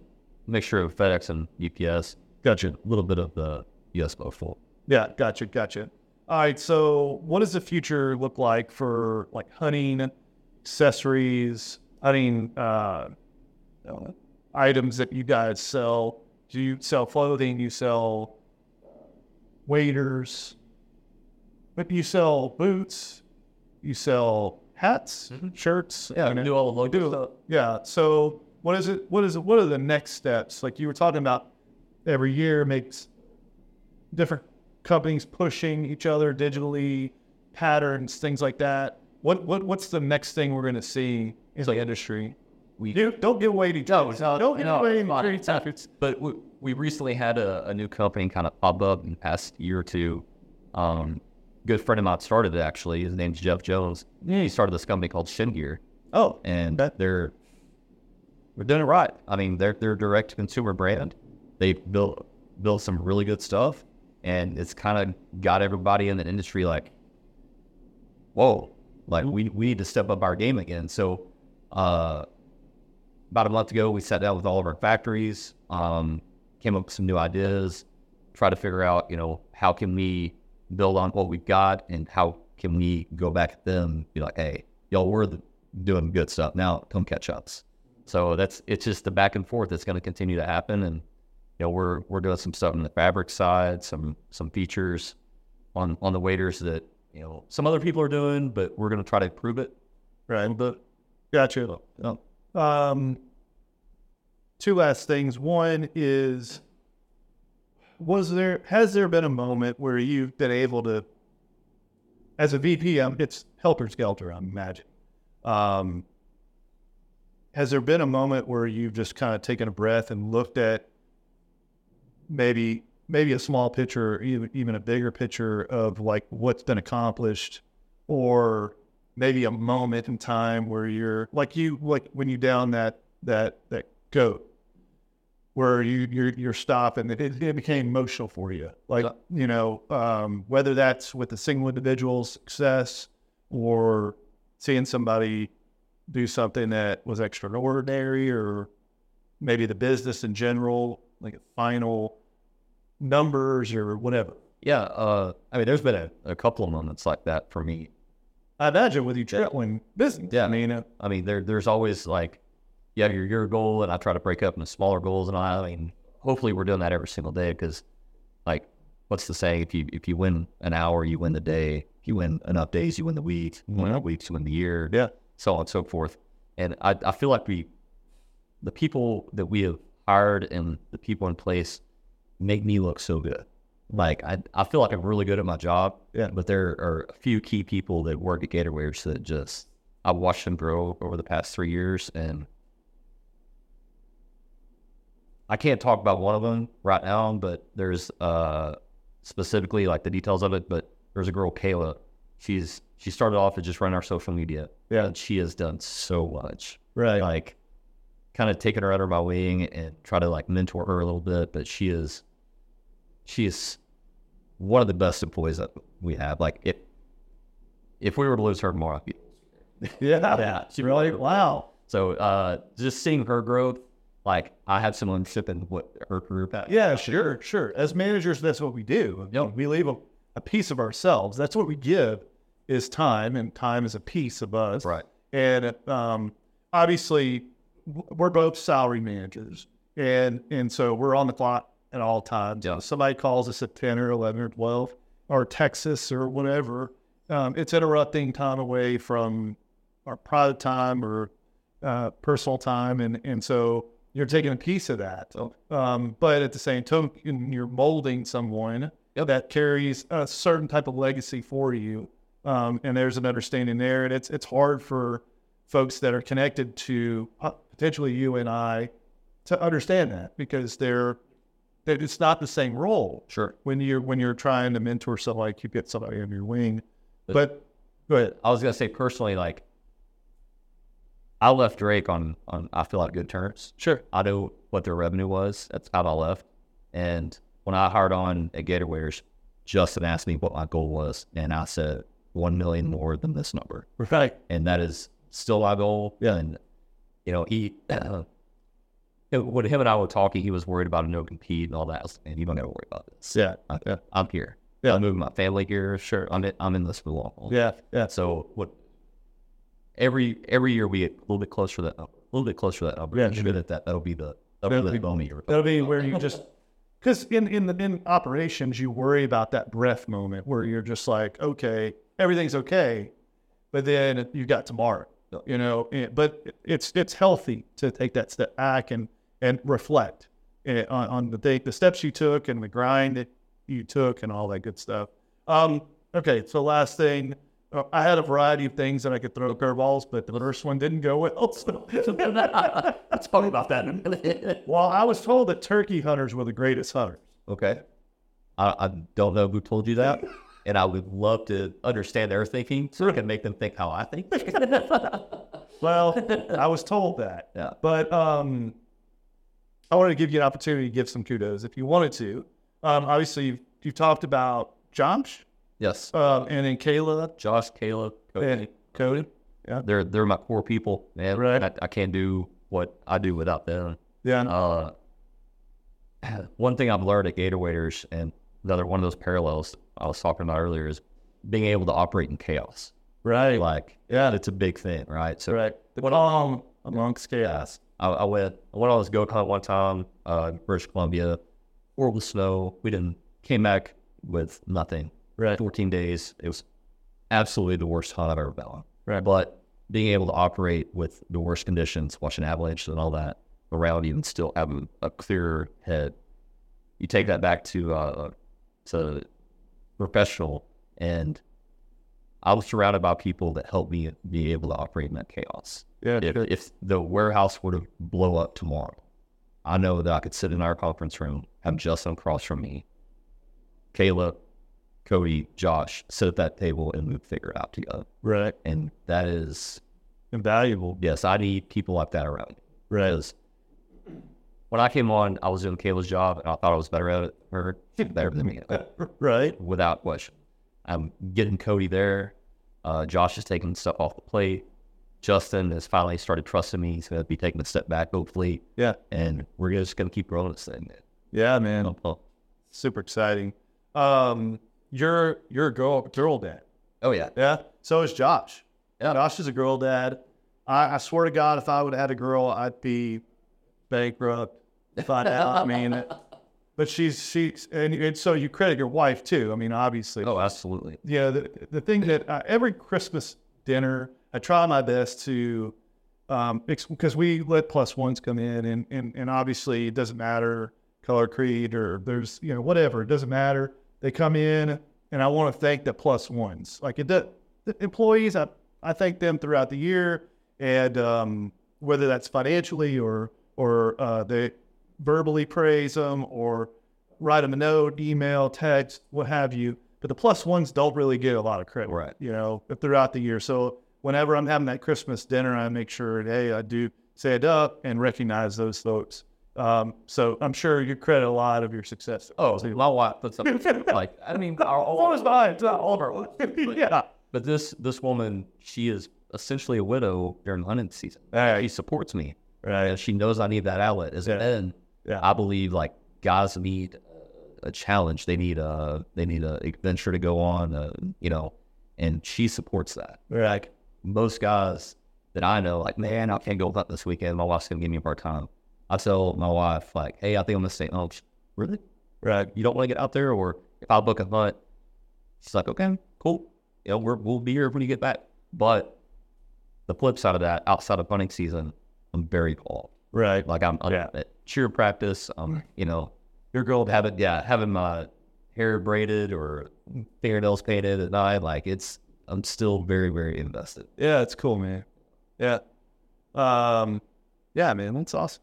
mixture of FedEx and UPS.
gotcha.
A little bit of the US mouthful.
Yeah, gotcha, gotcha. All right, so what does the future look like for like hunting accessories, hunting uh, uh, items that you guys sell? Do you sell clothing? You sell waders? But you sell boots? You sell hats, shirts?
Mm-hmm. Yeah,
I mean-
do all the local stuff.
yeah. So what is it? What is it? What are the next steps? Like you were talking about, every year makes different companies pushing each other digitally, patterns, things like that. What what what's the next thing we're going to see in the
like-
industry?
We
Dude, don't give away any trades.
no,
don't give
no,
away
it's not-
any
it's not-
trades.
But we, we recently had a, a new company kind of pop up in the past year or two. Um, good friend of mine started it actually. His name's Jeff Jones. He started this company called Shin Gear,
Oh,
and
Okay.
they're they're doing it right. I mean, they're they're a direct to consumer brand. They built built some really good stuff, and it's kind of got everybody in the industry like, whoa, like we we need to step up our game again. So, uh, about a month ago, we sat down with all of our factories, um, came up with some new ideas, try to figure out, you know, how can we build on what we've got and how can we go back at them and be like, hey, y'all were the, doing good stuff. Now come catch ups. So that's it's just the back and forth that's going to continue to happen, and you know we're we're doing some stuff on the fabric side, some some features on on the waiters that you know some other people are doing, but we're going to try to improve it a
right.
little bit.
Gotcha.
Oh,
Um, two last things. One is, was there has there been a moment where you've been able to, as a VP, um, it's helter skelter, I imagine. Um, has there been a moment where you've just kind of taken a breath and looked at maybe maybe a small picture, or even even a bigger picture of like what's been accomplished, or maybe a moment in time where you're like you like when you down that that that goat where you you're, you're stopping it, it became emotional for you like
Yeah.
you know um, whether that's with a single individual's success or seeing somebody do something that was extraordinary or maybe the business in general like final numbers or whatever
yeah. Uh, I mean, there's been a, a couple of moments like that for me
i imagine with you traveling business
Yeah.
i mean uh,
I mean, there there's always like, you have your year goal, and I try to break up into smaller goals, and all that. I mean, hopefully we're doing that every single day because, like, what's the saying? If you if you win an hour, you win the day. If you win enough days, you win the week. You win enough weeks, you win the year.
Yeah.
so on and so forth. And I I feel like we, the people that we have hired and the people in place, make me look so good. Like I, I feel like I'm really good at my job.
Yeah.
But there are a few key people that work at Gatorwares that just I've watched them grow over the past three years, and I can't talk about one of them right now. But there's uh specifically like the details of it. But there's a girl Kayla. She's she started off as just running our social media.
Yeah.
And she has done so much
right
like kind of taking her under my wing and try to like mentor her a little bit. But she is, she is one of the best employees that we have. Like if if we were to lose her tomorrow, I'd be-
yeah
yeah, she
really wow
so uh, just seeing her growth, like I have some ownership in what her career path.
Yeah, sure, sure. As managers, that's what we do.
Yep.
We leave a, a piece of ourselves. That's what we give is time, and time is a piece of us.
Right.
And um, obviously, w- we're both salary managers, and and so we're on the clock at all times.
Yeah.
If somebody calls us at ten or eleven or twelve or Texas or whatever, um, it's interrupting time away from our private time or uh, personal time, and and so you're taking a piece of that.
So
Um, but at the same token, you're molding someone
Yep.
that carries a certain type of legacy for you. Um, and there's an understanding there, and it's it's hard for folks that are connected to uh, potentially you and I to understand that because they're that it's not the same role
sure.
when you're when you're trying to mentor somebody, you get somebody under your wing.
But-
But go ahead.
I was gonna say personally, like I left Drake on on I feel like good terms.
Sure.
I know what their revenue was. That's how I left. And when I hired on at Gatorwares, Justin asked me what my goal was, and I said one million more than this number,
Right.
and that is still my goal.
Yeah.
And you know, he <clears throat> when him and I were talking, he was worried about a no compete and all that. I was like, Man, you don't got to worry about this.
Yeah.
I,
Yeah.
I'm here.
Yeah.
I'm moving my family here. Sure, I'm in, I'm in this for the long haul.
Yeah. Yeah.
So what? Every every year we get a little bit closer to that number, a little bit closer to that number.
Yeah,
Yeah, sure.
sure.
that that that'll be the that'll
That'll
be
be-
the moment you're.
That'll be where you just because in in the in operations you worry about that breath moment where you're just like, okay, everything's okay, but then you got tomorrow, you know. And, but it's it's healthy to take that step back and and reflect eh, on, on the thing, the steps you took and the grind that you took and all that good stuff. Um, okay, so last thing. uh, I had a variety of things that I could throw curveballs, but the first one didn't go well. <laughs> so-
<laughs> Let's talk about that.
well, I was told that turkey hunters were the greatest hunters.
<laughs> okay. I, I don't know who told you that, and I would love to understand their thinking so I can make them think how I think.
Well, I was told that.
Yeah.
But um, I wanted to give you an opportunity to give some kudos if you wanted to. Um, obviously, you've, you've talked about Josh
yes.
um, and then Kayla
Josh, Caleb,
and
Cody,
Cody. Yeah.
they're they're my core people, man.
Right.
I, I can't do what I do without them.
Yeah.
uh, <clears throat> one thing I've learned at Gator Waiters, and another one of those parallels I was talking about earlier, is being able to operate in chaos.
right.
Like,
Yeah.
it's a big thing, right? So,
right. The calm amongst chaos.
yes, I, I went. I went on this go kart one time, uh, in British Columbia, horrible snow. We didn't came back with nothing.
Right.
14 days. It was absolutely the worst hunt I've ever been on.
Right.
But being able to operate with the worst conditions, watching avalanches and all that around you, and still having a clear head, you take that back to uh, to professional, and I was surrounded by people that helped me be able to operate in that chaos.
Yeah.
If,
sure.
if the warehouse were to blow up tomorrow, I know that I could sit in our conference room, have Justin across from me, Caleb, Cody, Josh, sit at that table and we'd figure it out together.
Right.
And that is,
Invaluable.
yes, I need people like that around. me.
Right.
'Cause When I came on, I was doing Caleb's job and I thought I was better at it, or better than me,
Right.
without question. I'm getting Cody there. Uh, Josh is taking stuff off the plate. Justin has finally started trusting me. He's going to be taking a step back, hopefully,
Yeah.
and we're just going to keep rolling this thing. man.
Yeah, man.
Oh, oh.
Super exciting. Um, you're you're a girl girl dad.
Oh, yeah.
Yeah. So is Josh.
Yeah.
Josh is a girl dad. I, I swear to God, if I would have had a girl, I'd be bankrupt. If I, I mean, it. but she's she's and, and so you credit your wife too. I mean, obviously.
Oh, absolutely.
Yeah. The, the thing that uh, every Christmas dinner, I try my best to, um, because we let plus ones come in, and, and and obviously it doesn't matter color creed or there's you know whatever it doesn't matter. They come in, and I want to thank the plus ones. Like it, does, the employees, I I thank them throughout the year, and um, whether that's financially or or uh, they verbally praise them or write them a note, email, text, what have you. But the plus ones don't really get a lot of credit,
Right.
You know, throughout the year. So whenever I'm having that Christmas dinner, I make sure, hey, I do say it up and recognize those folks. Um, so I'm sure you credit a lot of your success.
<laughs>
Oh, my wife puts up like I
<laughs>
mean, our,
All is mine. It's not all of
our
our- <laughs> yeah.
But this this woman, she is essentially a widow during hunting season.
Yeah.
She supports me. Right. And she knows I need that outlet. As
Yeah.
men,
Yeah.
I believe like guys need a challenge. They need a they need a adventure to go on. Uh, you know, and she supports that.
Right.
Most guys that I know, like man, I can't go hunting this weekend. My wife's gonna give me a hard time. I tell my wife like, hey, I think I'm gonna stay home. She, really?
Right.
You don't want to get out there, or if I book a hunt, she's like, okay, cool. You know, we're, we'll be here when you get back. But the flip side of that, outside of hunting season, I'm very involved.
Right.
Like I'm, I'm
Yeah.
at cheer practice. Um, you know, your girl having yeah having my hair braided or fingernails painted at night. Like it's I'm still very very invested.
Yeah, it's cool, man. Yeah. Um, yeah, man, that's awesome.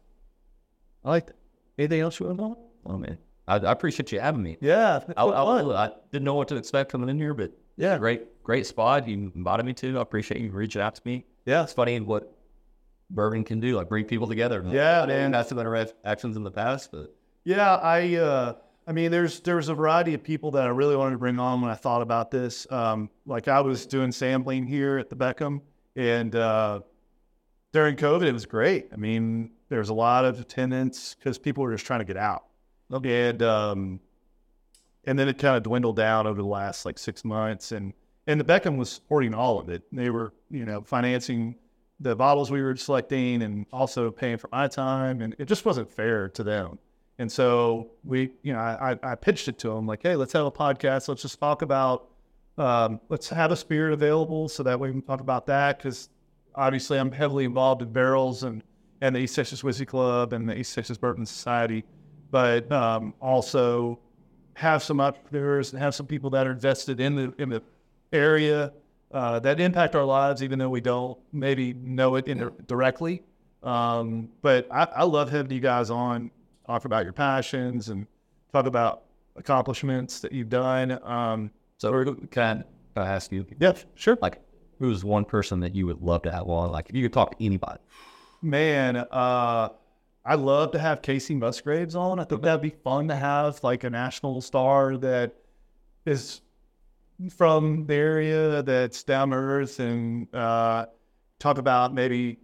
I like that. Anything else you want to know?
Oh man, I, I appreciate you having me.
Yeah.
I, I, I didn't know what to expect coming in here, but
yeah.
great great spot you invited me to. I appreciate you reaching out to me.
Yeah.
It's funny what bourbon can do, like bring people together.
Yeah,
man,
man.
that's some interactions in the past, but
Yeah, I uh, I mean, there's there was a variety of people that I really wanted to bring on when I thought about this. Um, like I was doing sampling here at the Beckham, and uh, during COVID, it was great. I mean, there was a lot of attendance because people were just trying to get out, and um, and then it kind of dwindled down over the last like six months, and and the Beckham was supporting all of it. They were you know financing the bottles we were selecting and also paying for my time, and it just wasn't fair to them. And so we, you know, I, I- I pitched it to him like, hey, let's have a podcast. Let's just talk about, um, let's have a spirit available so that way we can talk about that. Cause obviously I'm heavily involved in barrels and, and the East Texas Whiskey Club and the East Texas Bourbon Society, but um, also have some entrepreneurs and have some people that are invested in the, in the area uh, that impact our lives, even though we don't maybe know it in, directly. Um, but I, I love having you guys on, talk about your passions and talk about accomplishments that you've done. Um,
so we're- can I ask you,
yeah, sure.
like, who's one person that you would love to have on? Like, if you could talk to anybody,
Man, uh, I'd love to have Casey Musgraves on. I think that'd be fun to have like a national star that is from the area that's down to earth and uh, talk about maybe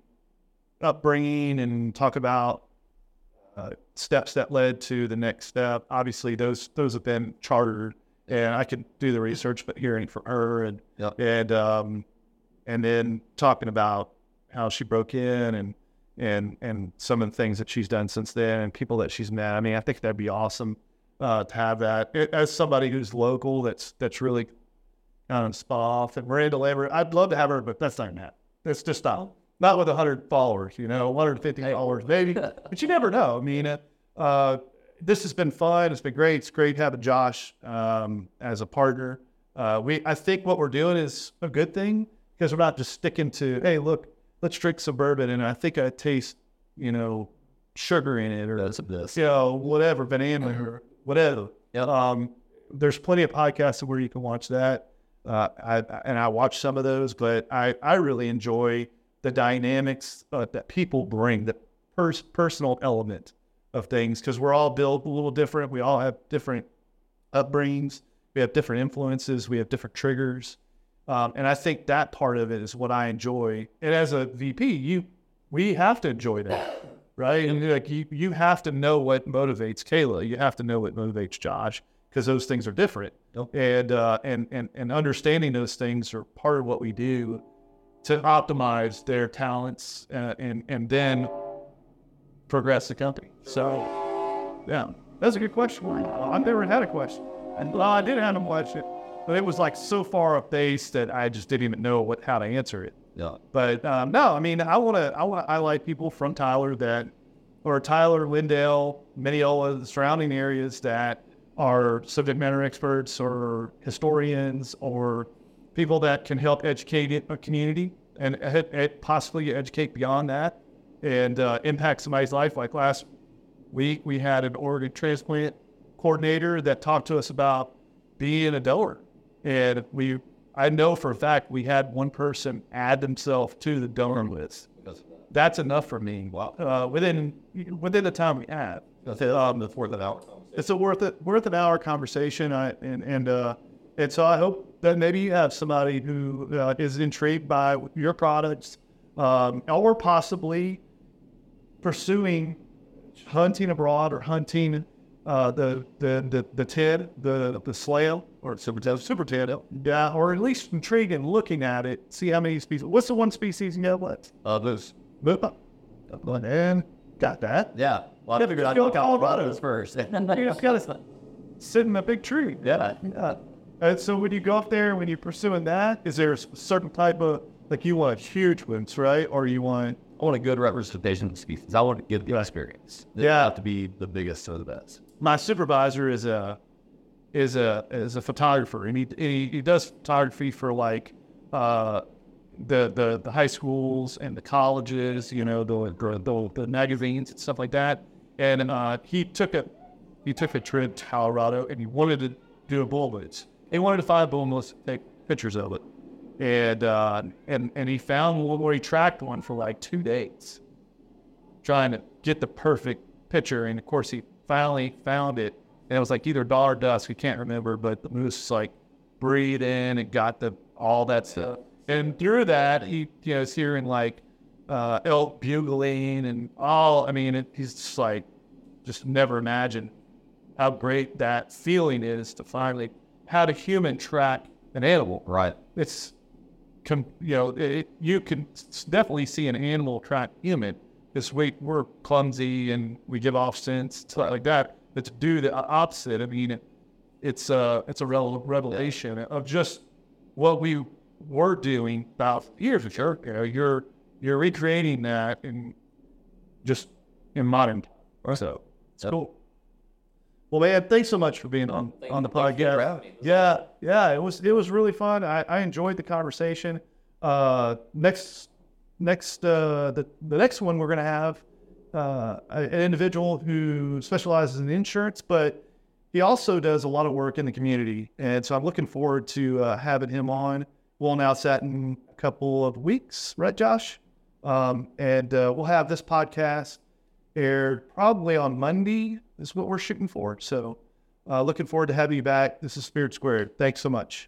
upbringing and talk about uh, steps that led to the next step. Obviously, those those have been chartered, and I could do the research, but hearing from her and
Yep.
and um, and then talking about how she broke in and and and some of the things that she's done since then and people that she's met. I mean, I think that'd be awesome uh, to have that It- as somebody who's local. That's that's really kind of spa off and Miranda Lambert. I'd love to have her, but that's not gonna happen. That's just not not with 100 followers. You know, 150 followers maybe, but you never know. I mean, uh, uh, this has been fun. It's been great. It's great having Josh um, as a partner. Uh, we I think what we're doing is a good thing because we're not just sticking to hey look let's drink some bourbon and I think I taste you know sugar in it or
that's of this.
you know whatever banana or whatever.
Yep.
Um, there's plenty of podcasts where you can watch that. Uh, I, I- and I watch some of those, but I, I really enjoy the dynamics uh, that people bring, the pers- personal element of things, because we're all built a little different. We all have different upbringings. We have different influences. We have different triggers. Um, and I think that part of it is what I enjoy. And as a VP, you we have to enjoy that, right? And like you, you have to know what motivates Kayla. You have to know what motivates Josh because those things are different.
Yep.
And uh, and and and understanding those things are part of what we do to optimize their talents uh, and and then progress the company. So. Yeah, that's a good question. I've never had a question. And well, I did have a question, but it was like so far up base that I just didn't even know what how to answer it.
Yeah.
But um, no, I mean, I want to I want to highlight people from Tyler that, or Tyler, Lindale, Mineola, the surrounding areas that are subject matter experts or historians or people that can help educate it- a community and ed- ed- possibly educate beyond that and uh, impact somebody's life. Like last week, we had an organ transplant coordinator that talked to us about being a donor. And we, I know for a fact, we had one person add themselves to the donor list.
Because of that.
That's enough for me.
Wow.
Uh, within within the time we had,
That's it. Um, the fourth of hour.
it's a worth it worth an hour conversation. I, and and uh, and so I hope that maybe you have somebody who uh, is intrigued by your products, um, or possibly pursuing hunting abroad or hunting uh, the, the the the TID, the the slail or super TID, super TID, yeah, or at least intrigued in looking at it, see how many species. What's the one species you know what?
Uh, those.
Boop, going in, got that.
Yeah. Well, I
Yeah,
figured I'd
go
look out
Colorado.
Colorado's first.
Yeah, got it. Sit in a big tree.
<laughs> yeah.
Yeah. And so when you go up there, when you're pursuing that, is there a s- certain type of like you want huge ones, right? Or you want
I want a good representation of the species. I want to get the experience. It doesn't
Yeah.
have to be the biggest or the best.
my supervisor is a is a is a photographer, and he he, he does photography for like uh, the the the high schools and the colleges, you know, the the, the magazines and stuff like that. And uh, he took a he took a trip to Colorado, and he wanted to do a bull blitz. He wanted to find bull moose, take pictures of it, and uh, and and he found one where he tracked one for like two days trying to get the perfect picture. And of course, he finally found it. And it was like either dawn or dusk. We can't remember, but the moose like breathed in and got the all that stuff. And through that, he you know is hearing like uh, elk bugling and all. I mean, it, he's just like just never imagined how great that feeling is to finally how to human track an animal
Right.
it's com- you know it, you can s- definitely see an animal track human because we we're clumsy and we give off scents stuff like that but to do the o- opposite i mean it, it's a it's a rel- revelation of just what we were doing about years ago sure. you know you're you're recreating that in just in modern so it's
Yep.
cool well, man, thanks so much for being on,
Thank
on the
you for
podcast.
having me.
Yeah, yeah, it was it was really fun. I, I enjoyed the conversation. Uh, next next uh, the the next one we're gonna have uh, a- an individual who specializes in insurance, but he also does a lot of work in the community, and so I'm looking forward to uh, having him on. We'll announce that in a couple of weeks, right, Josh? Um, and uh, we'll have this podcast aired probably on Monday. Is what we're shooting for. So, uh, looking forward to having you back. This is Spirit Squared. Thanks so much.